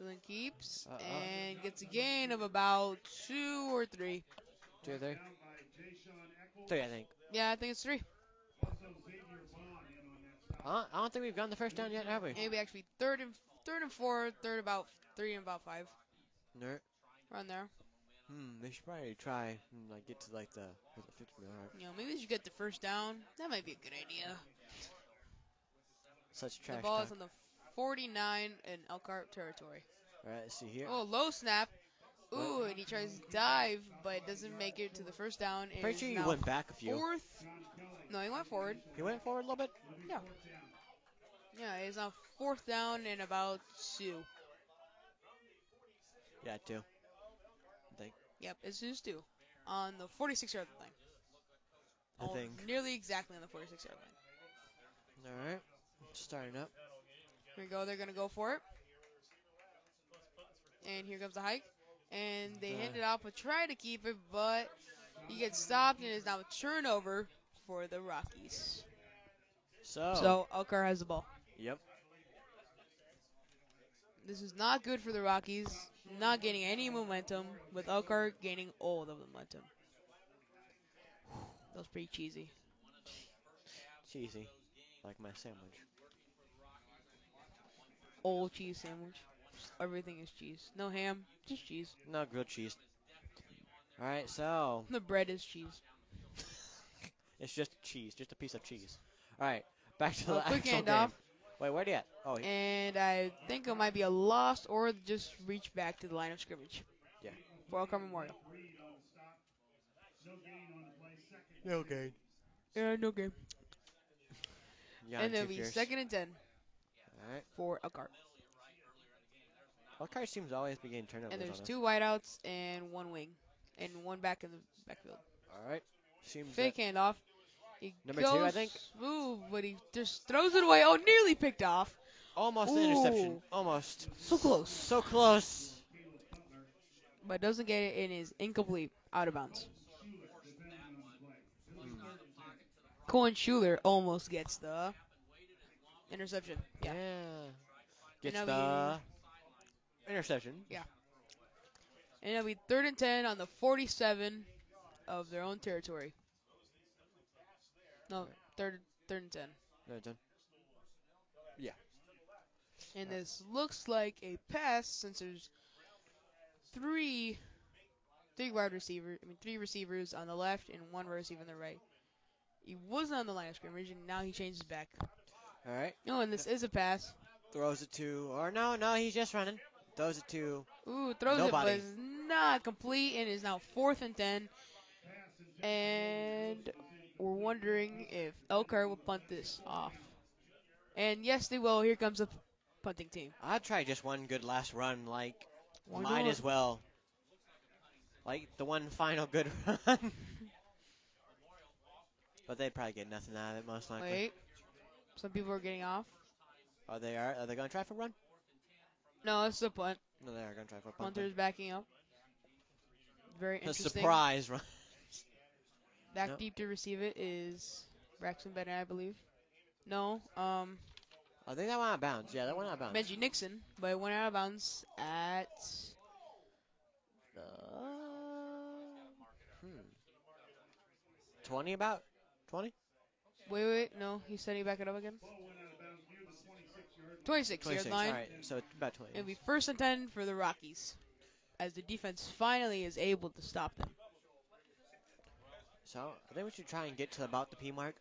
B: Dylan keeps
A: Uh-uh.
B: and gets a gain of about two or three.
A: Two, three, three. I think.
B: Yeah, I think it's three.
A: I don't, I don't think we've gotten the first down yet, have we?
B: Maybe actually third and third and four, third about three and about five.
A: No.
B: Around there.
A: Hmm. They should probably try and like get to like the was it 50 alright.
B: You know, maybe they should get the first down. That might be a good idea.
A: Such trash
B: the ball
A: talk.
B: is on the 49 in Elkhart territory.
A: Alright, let's see here.
B: Oh, low snap. Ooh, and he tries to dive, but it doesn't make it to the first down. and
A: Pretty
B: is
A: sure he
B: now
A: went back a few.
B: Fourth. No, he went forward.
A: He went forward a little bit.
B: Yeah. Yeah, it's on fourth down and about two.
A: Yeah, two.
B: Yep, it's just two. On the 46 yard line.
A: I
B: Oh,
A: think.
B: Nearly exactly on the 46 yard line.
A: Alright. Starting up.
B: Here we go, they're going to go for it. And here comes the hike. And they
A: Okay.
B: hand it off, but try to keep it, but he gets stopped, and it's now a turnover for the Rockies.
A: So.
B: So Elkhart has the ball.
A: Oh. Yep.
B: This is not good for the Rockies. Not getting any momentum, with Elkhart gaining all the momentum. That was pretty cheesy.
A: Cheesy. Like my sandwich.
B: All cheese sandwich. Everything is cheese. No ham, just cheese.
A: No grilled cheese. Alright, so
B: The bread is cheese.
A: it's just cheese, just a piece of cheese. Alright, back to the
B: Uh, quick
A: actual
B: handoff.
A: game. Wait, where are you at? Oh, he-
B: And I think it might be a loss or just reach back to the line of scrimmage.
A: Yeah.
B: For Elkhart Memorial.
A: no gain.
B: Yeah, no game.
A: Yeah,
B: And it'll be second and ten
A: Alright.
B: for Elkhart.
A: Elkhart seems to always be getting turnovers.
B: And there's
A: on
B: two wideouts and one wing. And one back in the backfield.
A: Alright. Seems
B: Fake handoff. He
A: Number two,
B: goes
A: I think.
B: Ooh, but he just throws it away. Oh, nearly picked off.
A: that- almost an interception.
B: Ooh.
A: Almost.
B: So close.
A: So close.
B: but doesn't get it and is incomplete, out of bounds.
A: Hmm.
B: Cohen Schuler almost gets the interception.
A: Yeah.
B: Yeah.
A: Gets
B: And
A: the
B: that'll
A: interception.
B: And it'll be third and ten on the 47 of their own territory. No, third, third and ten.
A: No, it's done.
B: And this looks like a pass since there's three, three wide receivers. I mean, three receivers on the left and one receiver on the right. He wasn't on the line of scrimmage, and now he changes back.
A: All right.
B: No, and this is a pass.
A: Throws it to, or no, no, he's just running. Throws it to,
B: Ooh, throws
A: Nobody.
B: it, but it's not complete, and is now fourth and ten. And we're wondering if Elkhart will punt this off. And yes, they will. Here comes the punting team.
A: I'd try just one good last run. Like,
B: Why
A: might
B: not?
A: as well. Like, the one final good *laughs* run. but they'd probably get nothing out of it, most likely.
B: Wait, some people are getting off.
A: Are they are, are they going to try for a run?
B: No, it's a punt.
A: No, they are going to try for a punt.
B: Hunter's backing up. Very
A: a
B: interesting.
A: surprise run.
B: Back
A: No.
B: deep to receive it is Braxton Bennett, I believe. No, um,
A: I think that went out of bounds. Yeah, that went out of bounds.
B: Benji Nixon, but it went out of bounds at.
A: Uh, hmm. 20 about? 20?
B: Wait, wait, no, he's setting back it up again. 26, yard
A: 26.
B: line.
A: Alright, so it's about 20.
B: It'll be first and 10 for the Rockies as the defense finally is able to stop them.
A: So I think we should try and get to about the P mark.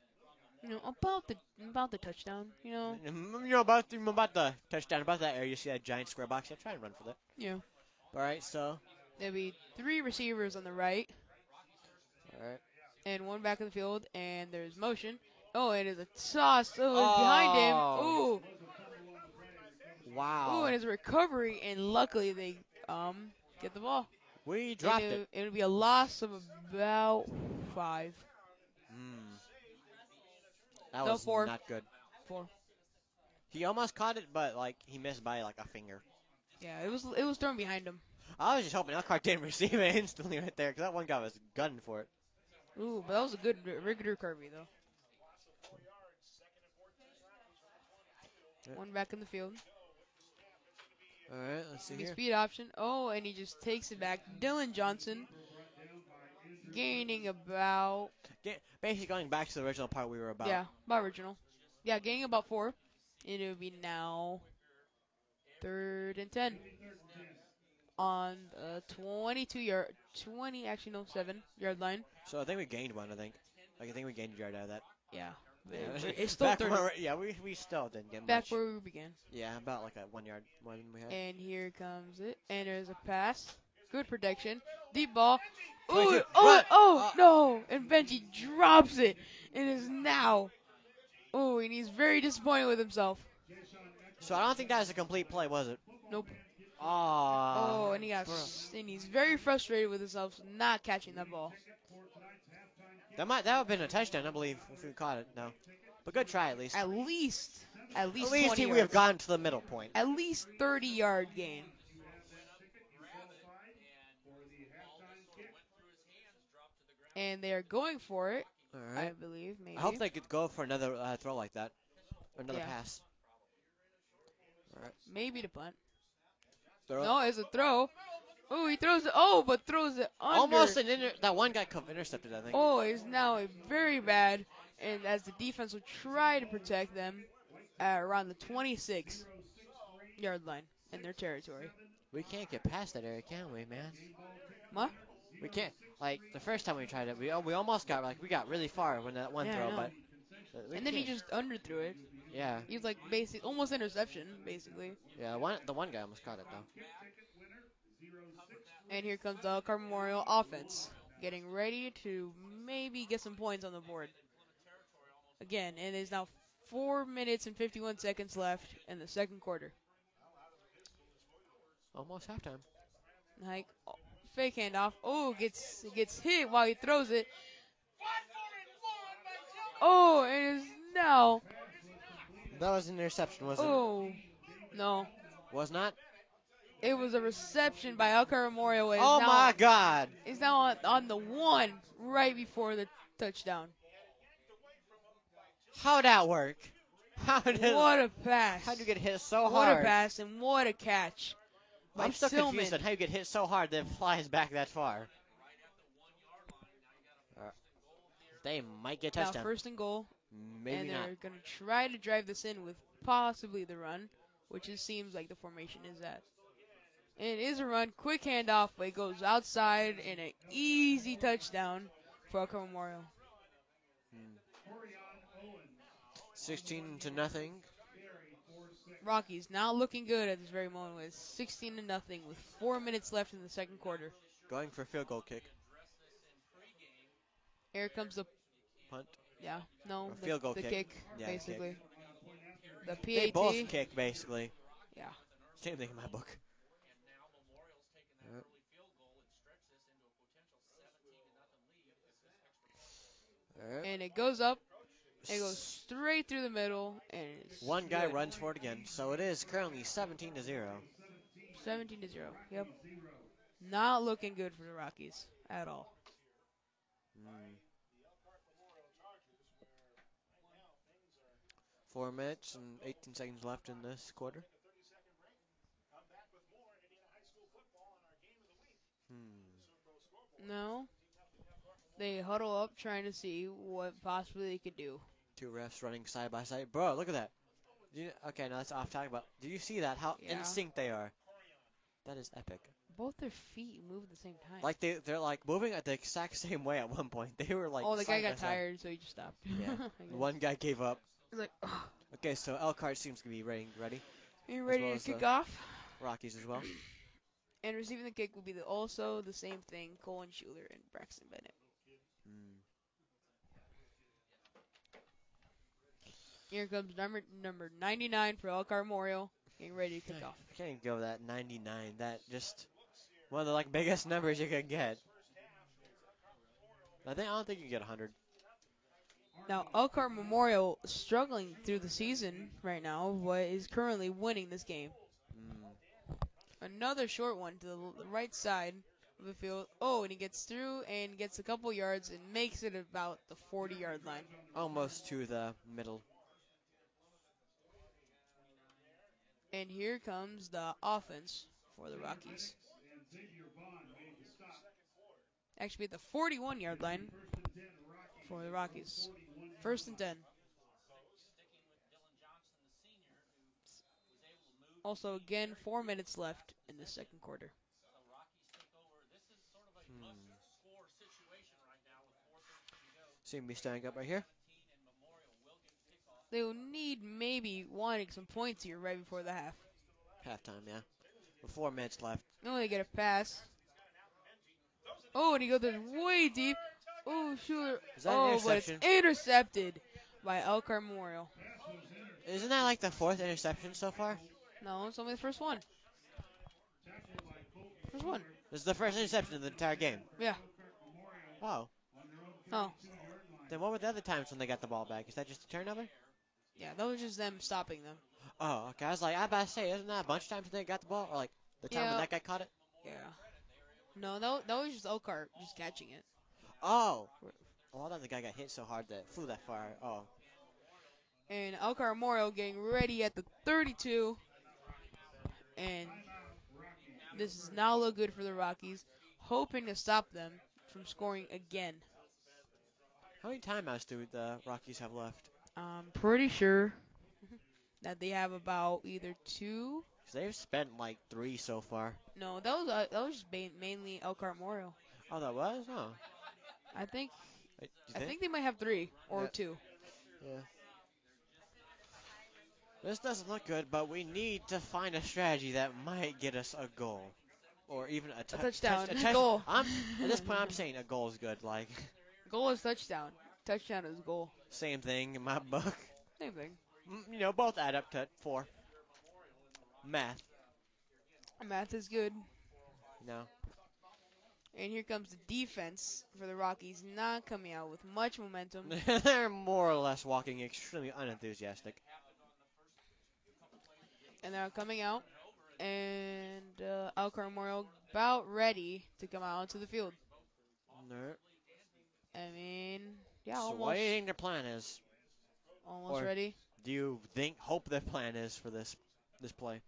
B: You know, about the about the touchdown, you know.
A: Mm, You know, about the, about the touchdown, about that area, you see that giant square box. Yeah, try and run for that.
B: Yeah.
A: Alright, so.
B: There'll be three receivers on the right.
A: Alright.
B: and one back in the field, and there's motion. Oh, and it's a toss oh, it's behind
A: Oh.
B: him. Ooh, ooh,
A: Wow.
B: and it's a recovery, and luckily they um get the ball.
A: we
B: And
A: dropped
B: it,
A: it.
B: It'll be a loss of about five,
A: Mm. That
B: No,
A: was
B: four.
A: not good.
B: four.
A: He almost caught it, but like he missed by like a finger.
B: Yeah, it was it was thrown behind him.
A: I was just hoping *laughs* Elkhart didn't receive it instantly right there, because that one guy was gunning for it.
B: Ooh, but that was a good re- re- good recovery though.
A: Yeah.
B: One back in the field.
A: All right, let's see
B: It'll be speed option. Oh, and he just takes it back. Dylan Johnson gaining about
A: Basically, going back to the original part we were about.
B: Yeah, about original. Yeah, getting about four. And it would be now third and ten. On the 22 yard, 20, actually, no, 7 yard line.
A: So I think we gained one. I think. Like I think we gained a yard out of that.
B: Yeah.
A: Yeah.
B: It-
A: *laughs*
B: It's still
A: back
B: third.
A: where- yeah, we we still didn't get
B: back
A: much.
B: where we began.
A: Yeah, about like a one yard one we had.
B: And here comes it. And there's a pass. Good protection. Deep ball. Ooh,
A: Wait,
B: oh,
A: dude,
B: oh,
A: run. Uh,
B: no. And Benji drops it. And is now. Oh, and he's very disappointed with himself.
A: So I don't think that was a complete play, was it?
B: Nope.
A: Oh.
B: Oh, and he got, s- and he's very frustrated with himself for not catching that ball.
A: That might that would have been a touchdown, I believe, if we caught it. No, but good try at least.
B: At least, at least,
A: At least
B: 20
A: he would
B: yards.
A: have gotten to the middle point.
B: At least 30 yard gain. And they are going for it,
A: All
B: I
A: right.
B: believe. Maybe.
A: I hope they could go for another uh, throw like that, or another
B: Yeah.
A: pass. All right.
B: maybe to punt.
A: Throw
B: No, it's a throw. Oh, he throws it. Oh, but throws it under.
A: Almost an inter- that one got co- intercepted, I think.
B: Oh, it's now a very bad. And as the defense will try to protect them at around the 26 yard line in their territory.
A: We can't get past that area, can we, man?
B: What?
A: We can't. Like the first time we tried it, we we almost got like we got really far when that one
B: Yeah, I
A: throw,
B: know.
A: but. but we
B: And then he
A: can't-
B: just underthrew it.
A: yeah
B: He was like basic, almost interception, basically.
A: yeah one the one guy almost caught it though.
B: And here comes the Elkhart Memorial offense, getting ready to maybe get some points on the board. Again, it is now four minutes and 51 seconds left in the second quarter.
A: Almost halftime.
B: Like oh, fake handoff. Oh, gets gets hit while he throws it. Oh, it is now.
A: That was an interception, wasn't
B: Oh, no,
A: it? Was not.
B: It was a reception by Elkar Arroyo. and
A: Oh
B: now-
A: my God!
B: He's now on, on the one right before the touchdown.
A: How'd that work? *laughs* How did?
B: What a pass.
A: *laughs* How'd you get hit so
B: what
A: hard?
B: a pass and what a catch. by
A: I'm still
B: Tillman.
A: confused on how you get hit so hard that it flies back that far. Uh, They might get
B: Now
A: touchdown.
B: first and goal,
A: Maybe
B: and
A: not.
B: they're gonna try to drive this in with possibly the run, which it seems like the formation is at. And it is a run, quick handoff, but it goes outside and an easy touchdown for Elko Memorial.
A: 16 to nothing.
B: Rockies not looking good at this very moment. It's 16 to nothing with four minutes left in the second quarter.
A: Going for a field goal kick.
B: Here comes the
A: Punt.
B: yeah no
A: A
B: the,
A: field goal
B: the
A: kick.
B: kick,
A: Yeah, kick.
B: basically the PAT.
A: They both kick, basically.
B: Yeah.
A: Same thing in my book. Uh, uh,
B: and it goes up. It goes straight through the middle, and it's
A: One guy
B: good.
A: runs for it again, so it is currently 17 to 0.
B: 17 to 0. Yep. Not looking good for the Rockies at all.
A: Hmm. Four minutes and 18 seconds left in this quarter. Hmm.
B: No. They huddle up trying to see what possibly they could do.
A: Two refs running side by side. Bro, look at that. Do you, okay, now that's off topic, but do you see that? How
B: Yeah.
A: in sync they are. That is epic.
B: Both their feet move at the same time.
A: Like they they're like moving at the exact *laughs* same way at one point. They were like.
B: oh, the guy
A: side by
B: got
A: side.
B: tired, so he just stopped.
A: Yeah.
B: *laughs* I guess.
A: One guy gave up.
B: He's like, "Ugh,
A: Okay, so Elkhart seems to be ready. Ready.
B: you
A: As
B: ready
A: well
B: to
A: as
B: kick
A: the-
B: off?
A: Rockies as well.
B: And receiving the kick will be the, also the same thing Colin Schuler and Braxton Bennett.
A: Hmm.
B: Here comes number number 99 for El Carmorio, getting ready to kick off.
A: I can't even go with that 99. That just one of the like biggest *laughs* numbers you can get. I think I don't think you can get 100.
B: Now, Elkhart Memorial struggling through the season right now, but is currently winning this game.
A: Mm.
B: Another short one to the l- right side of the field. Oh, and he gets through and gets a couple yards and makes it about the 40 yard line.
A: Almost to the middle.
B: And here comes the offense for the Rockies. Actually, at the 41 yard line for the Rockies. First and 10. Also, again, four minutes left in the second quarter.
A: Hmm. Seem to be standing up right here.
B: They will need maybe wanting some points here right before the half.
A: Halftime, yeah. With four minutes left.
B: No, they get a pass. Oh, and he goes way deep. Oh, Schuler.
A: Is that an
B: Oh, but it's
A: interception?
B: intercepted by El Memorial.
A: Isn't that like the fourth interception so far?
B: No, it's only the first one. First one.
A: This is the first interception of the entire game.
B: Yeah.
A: Wow.
B: Oh,
A: Then what were the other times when they got the ball back? Is that just a turnover?
B: yeah. That was just them stopping them.
A: Oh, okay. I was like, I about to say, isn't that a bunch of times they got the ball? Or like the time
B: Yeah.
A: when that guy caught it?
B: Yeah. No, that, wa- that was just Elkhart just catching it.
A: Oh. Oh, I thought the guy got hit so hard that it flew that far. Oh.
B: And Elkhart Memorial getting ready at the 32. And this does not look good for the Rockies, hoping to stop them from scoring again.
A: How many timeouts do the Rockies have left?
B: I'm
A: *laughs*
B: pretty sure that they have about either two.
A: 'Cause they've spent like three so far.
B: No, that was uh, that was just ba- mainly Elkhart Memorial.
A: Oh, that was? Oh.
B: I think
A: Wait, do you
B: I think they might have three or
A: Yeah.
B: two.
A: Yeah. This doesn't look good, but we need to find a strategy that might get us a goal. Or even a, tou-
B: touchdown, *laughs*
A: touch- a
B: a
A: touch-
B: goal.
A: I'm, at this point, I'm saying a goal is good. Like,
B: *laughs*
A: *laughs*
B: Goal is touchdown. Touchdown is goal.
A: same thing in my book. *laughs*
B: Same thing.
A: Mm, You know, both add up to four. Math. *laughs*
B: Math is good.
A: No.
B: And here comes the defense for the Rockies, not coming out with much momentum.
A: *laughs* They're more or less walking extremely unenthusiastic.
B: and they're coming out and uh, Alcar Memorial about ready to come out onto the field.
A: No.
B: I mean, yeah,
A: so what
B: almost,
A: do you think their plan is?
B: almost
A: or-
B: ready.
A: Do you think hope their plan is for this this play?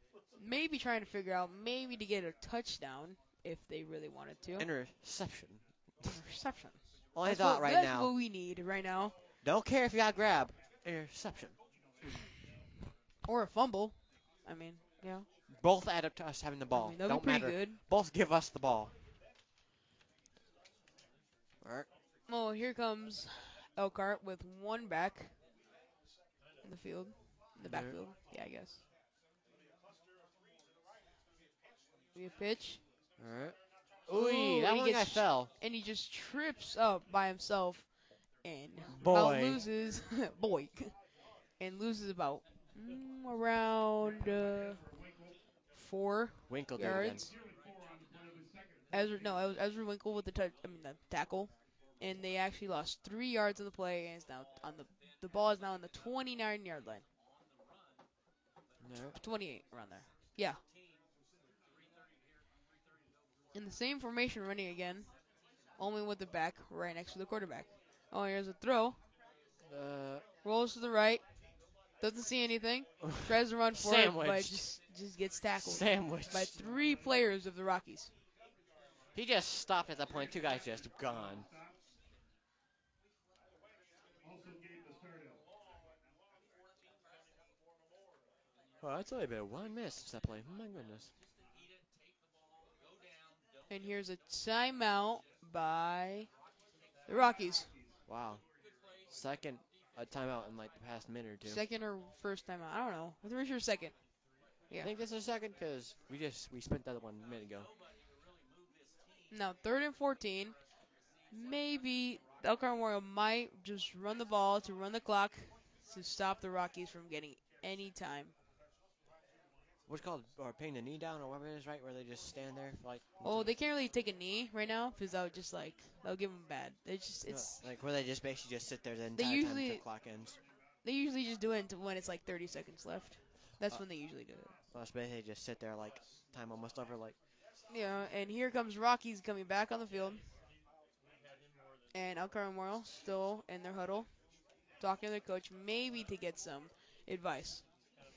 B: Maybe trying to figure out maybe to get a touchdown if they really wanted to.
A: Interception.
B: Interception.
A: All I
B: That's
A: thought
B: what-
A: right
B: that's
A: now.
B: what we need right now,
A: Don't care if you got grab. Interception.
B: or a fumble. I mean, yeah,
A: Both add up to us having the ball.
B: I mean, that'd
A: Don't
B: be pretty
A: matter.
B: good.
A: Both give us the ball. Alright.
B: Well, here comes Elkhart with one back in the field, in the
A: Yeah.
B: backfield. Yeah, I guess. We a pitch,
A: Alright.
B: Ooh,
A: Ooh, that
B: he
A: one guy
B: gets-
A: fell.
B: and he just trips up by himself, and about
A: Boy.
B: loses *laughs* boy, and loses about mm, around uh, four
A: Winkle did it again.
B: yards. Ezra, no, it was Ezra Winkle with the touch, I mean the tackle, and they actually lost three yards in the play, and it's now on the the ball is now on the 29 yard line,
A: No.
B: 28 around there. Yeah. In the same formation, running again, only with the back right next to the quarterback. Oh, here's a throw.
A: Uh,
B: Rolls to the right. Doesn't see anything.
A: *laughs*
B: Tries to run for it, but
A: Sandwiched.
B: just just gets Uh, tackled
A: sandwich.
B: by three players of the Rockies.
A: He just stopped at that point. Two guys just gone.
C: Also gave the start out.
A: Well, that's only been one minute since that play. My goodness.
B: And here's a timeout by the Rockies.
A: Wow. Second uh, timeout in like the past minute or two.
B: Second or first timeout? I don't know. I'm pretty sure second.
A: I think this is second because we just we spent that one minute ago.
B: Now third and fourteen. Maybe Elkhart Memorial might just run the ball to run the clock to stop the Rockies from getting any time.
A: What's it called or paying the knee down or whatever it is, right? Where they just stand there for like.
B: Oh, they can't really take a knee right now because that would just like that would give them bad. They just
A: No,
B: it's
A: like where they just basically just sit there the
B: They
A: entire time until
B: usually-
A: clock ends.
B: they usually just do it until- when it's like 30 seconds left. That's when they usually do it.
A: Well, it's basically just sit there like time almost over. Like
B: Yeah, and here comes Rockies coming back on the field. And Elkhart Memorial still in their huddle, talking to their coach, maybe to get some advice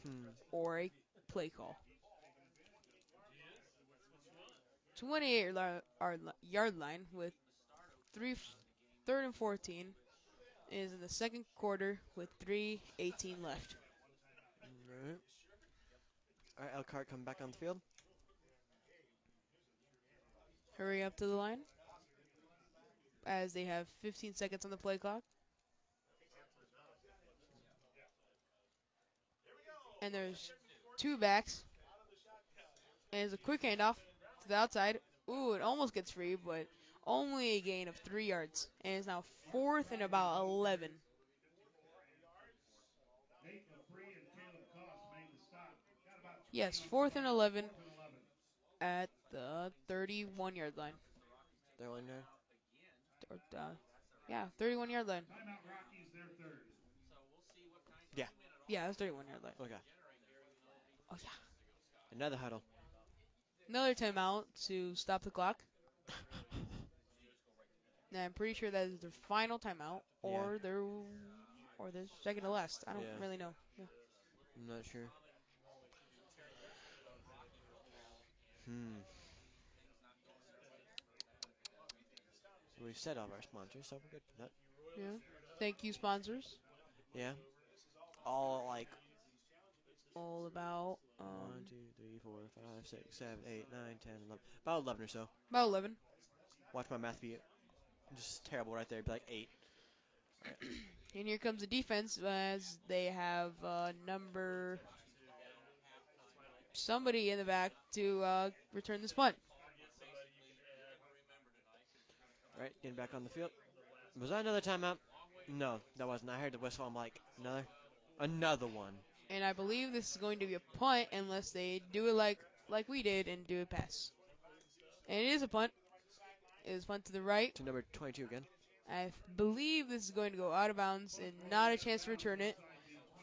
A: hmm.
B: or a play call. 28 li- our li- yard line with three, f- third and 14 is in the second quarter with 3:18 left.
A: Alright. Alright, Elkhart come back on the field.
B: Hurry up to the line as they have 15 seconds on the play clock. And there's two backs. And it's a quick handoff to the outside. Ooh, it almost gets free, but only a gain of three yards. And it's now fourth and about 11.
C: Nate Labrie and Caleb Goss made the stop. Got about
B: Yes, fourth and 11
C: fourth and 11.
B: at the 31 yard line.
A: They're only there.
B: Or, uh, yeah, 31 yard line.
C: Timeout Rockies, their third.
B: Yeah, that's 31 yard line.
A: Okay.
B: Oh, yeah.
A: Another huddle. *laughs*
B: Another timeout to stop the clock. And I'm pretty sure that is their final timeout, or their, or their second to last. I don't
A: Yeah.
B: really know. Yeah.
A: I'm not sure. Hmm. We've said all of our sponsors, so we're good for that.
B: Yeah. Thank you, sponsors.
A: Yeah. All like
B: All about um,
A: one, two, three, four, five, six, seven, eight, nine, ten, eleven. About eleven or so.
B: about 11.
A: Watch my math be just terrible right there. It'd be like eight.
B: And here comes the defense as they have uh, number somebody in the back to uh, return this punt.
A: All right, getting back on the field. Was that another timeout? No, that wasn't. I heard the whistle. I'm like, another, another one.
B: And I believe this is going to be a punt unless they do it like like we did and do a pass. And it is a punt. It is punt to the right.
A: To number 22 again.
B: I believe this is going to go out of bounds and not a chance to return it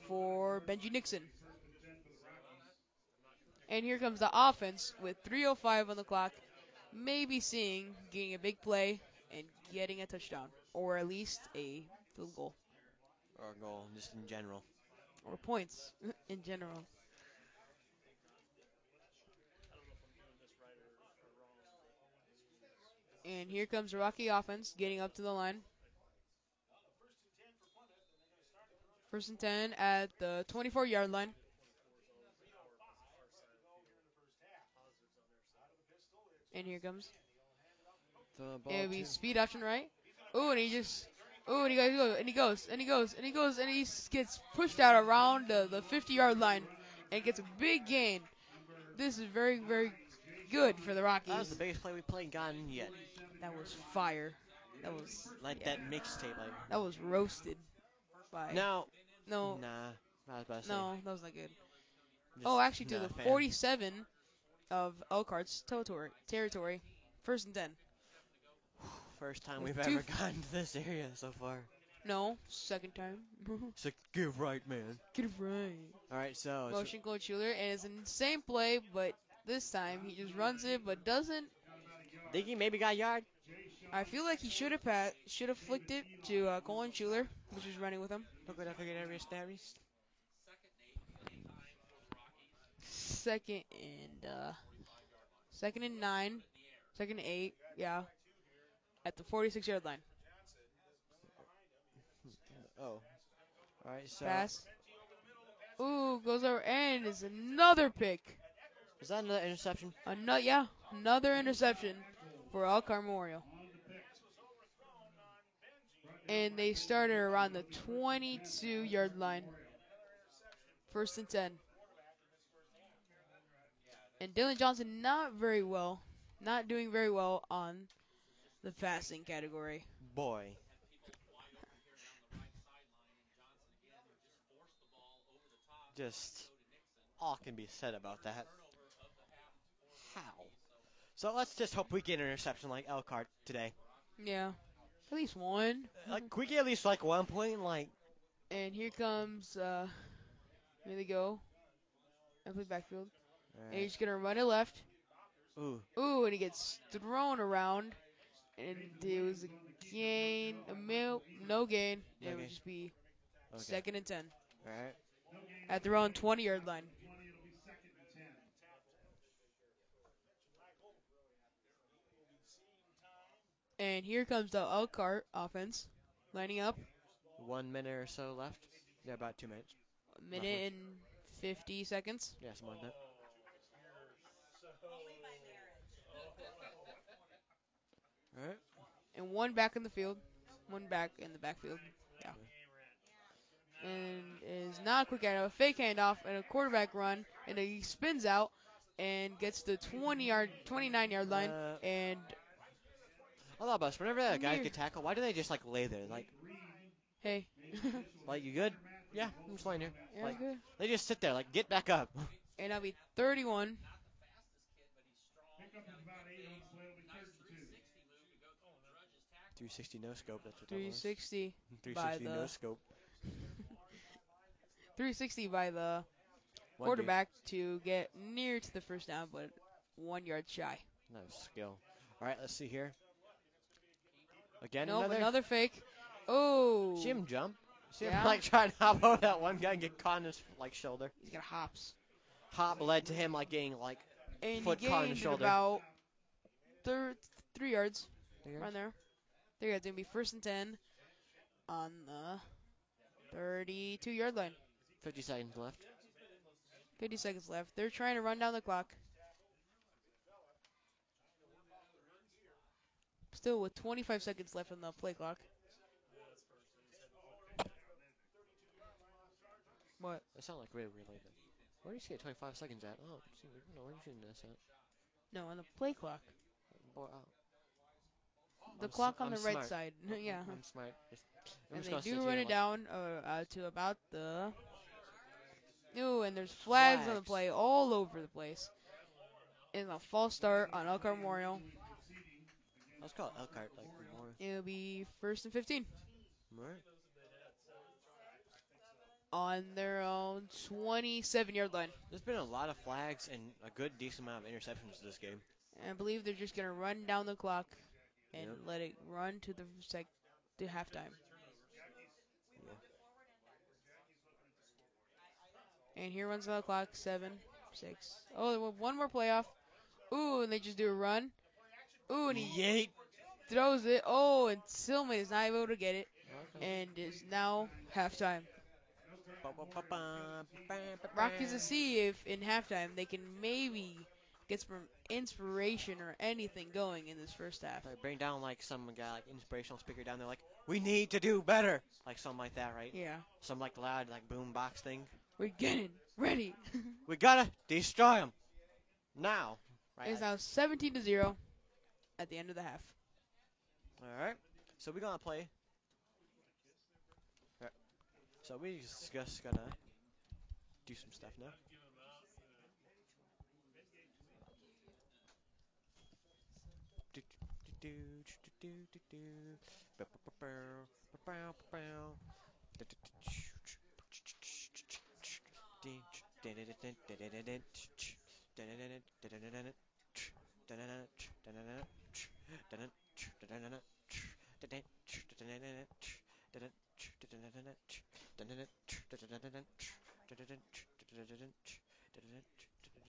B: for Benji Nixon. And here comes the offense with 3:05 on the clock, maybe seeing getting a big play and getting a touchdown, or at least a field goal
A: Or a goal, just in general.
B: or points *laughs* in general. And here comes the Rocky offense getting up to the line. First and 10 at the 24 yard line. And here comes.
A: The ball
B: It'll be
A: to-
B: speed option right. Ooh, and he just. Ooh, and he goes, and he goes, and he goes, and he goes, and he s- gets pushed out around the, the 50 yard line and gets a big gain. This is very, very good for the Rockies.
A: That was the biggest play we played gotten yet.
B: That was fire. That was
A: Like
B: yeah.
A: that mixtape. Like.
B: That was roasted. By
A: Now,
B: no, no,
A: nah. I was about to say,
B: that was not good.
A: just
B: Oh, actually, to
A: not
B: the
A: a fan.
B: 47 of Elkhart's territory, territory, first and ten.
A: First time
B: with
A: we've
B: two
A: ever *laughs*
B: f-
A: gotten to this area so far.
B: No, second time. *laughs*
A: It's like, give right, man.
B: Get it right.
A: All right, so it's-
B: Motion coach Schuler, and it's an insane play, but this time he just runs it, but doesn't.
A: think he maybe got a yard.
B: I feel like he should have passed, should have flicked it to uh, Colin Schuler, which is running with him.
A: Look what I figured out with Starries.
B: Second and uh, second and nine, second and eight, yeah, at the 46 yard line.
A: Oh. All right, so
B: Pass. Ooh, goes over and is another pick.
A: is that another interception?
B: Another yeah, another interception for Alcar Memorial. And they started around the 22 yard line. First and 10. And Dylan Johnson not very well, not doing very well on the passing category.
A: Boy. Just all can be said about that. How? So let's just hope we get an interception like Elkhart today.
B: Yeah. At least one.
A: Like, can we get at least like one point. Like,
B: And here comes uh here they go. I play backfield. And he's gonna run it left.
A: ooh,
B: Ooh, and he gets thrown around. And it was a gain, a mil, no gain. It
A: Okay.
B: would just be
A: okay.
B: second and ten
A: All right.
B: at their own 20 yard line. And here comes the Elkhart offense, lining up
A: One minute or so left. Yeah, about two minutes.
B: a minute and 50 seconds.
A: Yeah, something like that. All right. *laughs*
B: and one back in the field, one back in the backfield. Yeah. And it is not a quick handoff, a fake handoff, and a quarterback run, and he spins out and gets the 20 yard, 29 yard line,
A: Uh,
B: and
A: I thought about this. Whenever a guy
B: Here.
A: get tackled, why do they just like lay there? Like,
B: hey, *laughs*
A: like you good? Yeah, I'm just laying here.
B: yeah,
A: Like-
B: good.
A: They just sit there, like get back up. *laughs*
B: and I'll be 31.
C: Pickup is about eight on the play. It'll be third and two.
A: 360 no scope. That's what that was. *laughs*
B: 360,
A: 360
B: by
A: no
B: the
A: scope.
B: 360 by the
A: One
B: quarterback to get near to the first down, but one yard shy.
A: dude. No skill. All right, let's see here. Again,
B: nope, another?
A: another.
B: fake. Oh,
A: See him jump. See
B: Yeah.
A: him like *laughs* try to hop over that one guy and get caught in his like shoulder.
B: he's got hops.
A: Hop led to him like getting like
B: and
A: Foot
B: he
A: caught in the
B: gained
A: shoulder.
B: about thir- three yards.
A: Three
B: Around there. Three yards. Gonna be first and ten on the 32 yard line.
A: 50 seconds left.
B: 50 seconds left. They're trying to run down the clock. Still with 25 seconds left on the play clock. What?
A: That sounded like really related. Where do you see it 25 seconds at? Oh, see, we don't know where you shooting this at.
B: No, on the play clock.
A: Boy, oh,
B: The
A: I'm s-
B: clock on
A: I'm
B: the right
A: smart.
B: side. *laughs*
A: I'm-
B: yeah.
A: I'm smart. Just, I'm
B: and
A: just
B: they
A: gonna sit
B: do
A: here
B: run
A: and
B: it
A: watch.
B: down uh, uh, to about the. Ooh, and there's flags, on the
A: Flags.
B: play all over the place. And a false start on Elkhart Memorial.
A: Let's call it Elkhart, like, more.
B: It'll be first and 15.
A: more.
B: on their own 27 yard line.
A: There's been a lot of flags and a good decent amount of interceptions this game.
B: And I believe they're just gonna run down the clock and
A: Yep.
B: let it run to the sec to halftime. And here runs the clock. Seven, six. Oh, there were one more playoff. Ooh, and they just do a run. Ooh, and he
A: Yeet.
B: throws it. Oh, and Silman is not able to get it, and is now halftime. Rockies to see if in halftime they can maybe get some inspiration or anything going in this first half.
A: Like, bring down like some guy, like inspirational speaker down there, like we need to do better, like something like that, right?
B: Yeah,
A: Some like loud like boom box thing.
B: we're getting ready.
A: We gotta destroy them now. Right.
B: it's now 17 to zero at the end of the half.
A: All right. So we gonna play. Alright. So we just just gotta do some stuff now. Do, do, do, do, do, do, do, do. Ba, ba, ba, bow, ba, bow, ba, bow. Da, da, da, choo, choo, choo, choo, choo, choo, choo. Ding, ch- da, da, da, da, da, da, da, da, ch- ch- da, da, da, da, da, da, da, da, da, ch- da, da, da, ch- da, da, da, ch- da, da, ch- da, da, da, da, ch- da, da, ch- da, da, da, da, da, ch- da, da, ch- da, da, da, da, da, ch- da, da, da, ch- da, da, da, da, da, ch- da, da, da, ch- da, da, da, da, ch- da, da, da, ch-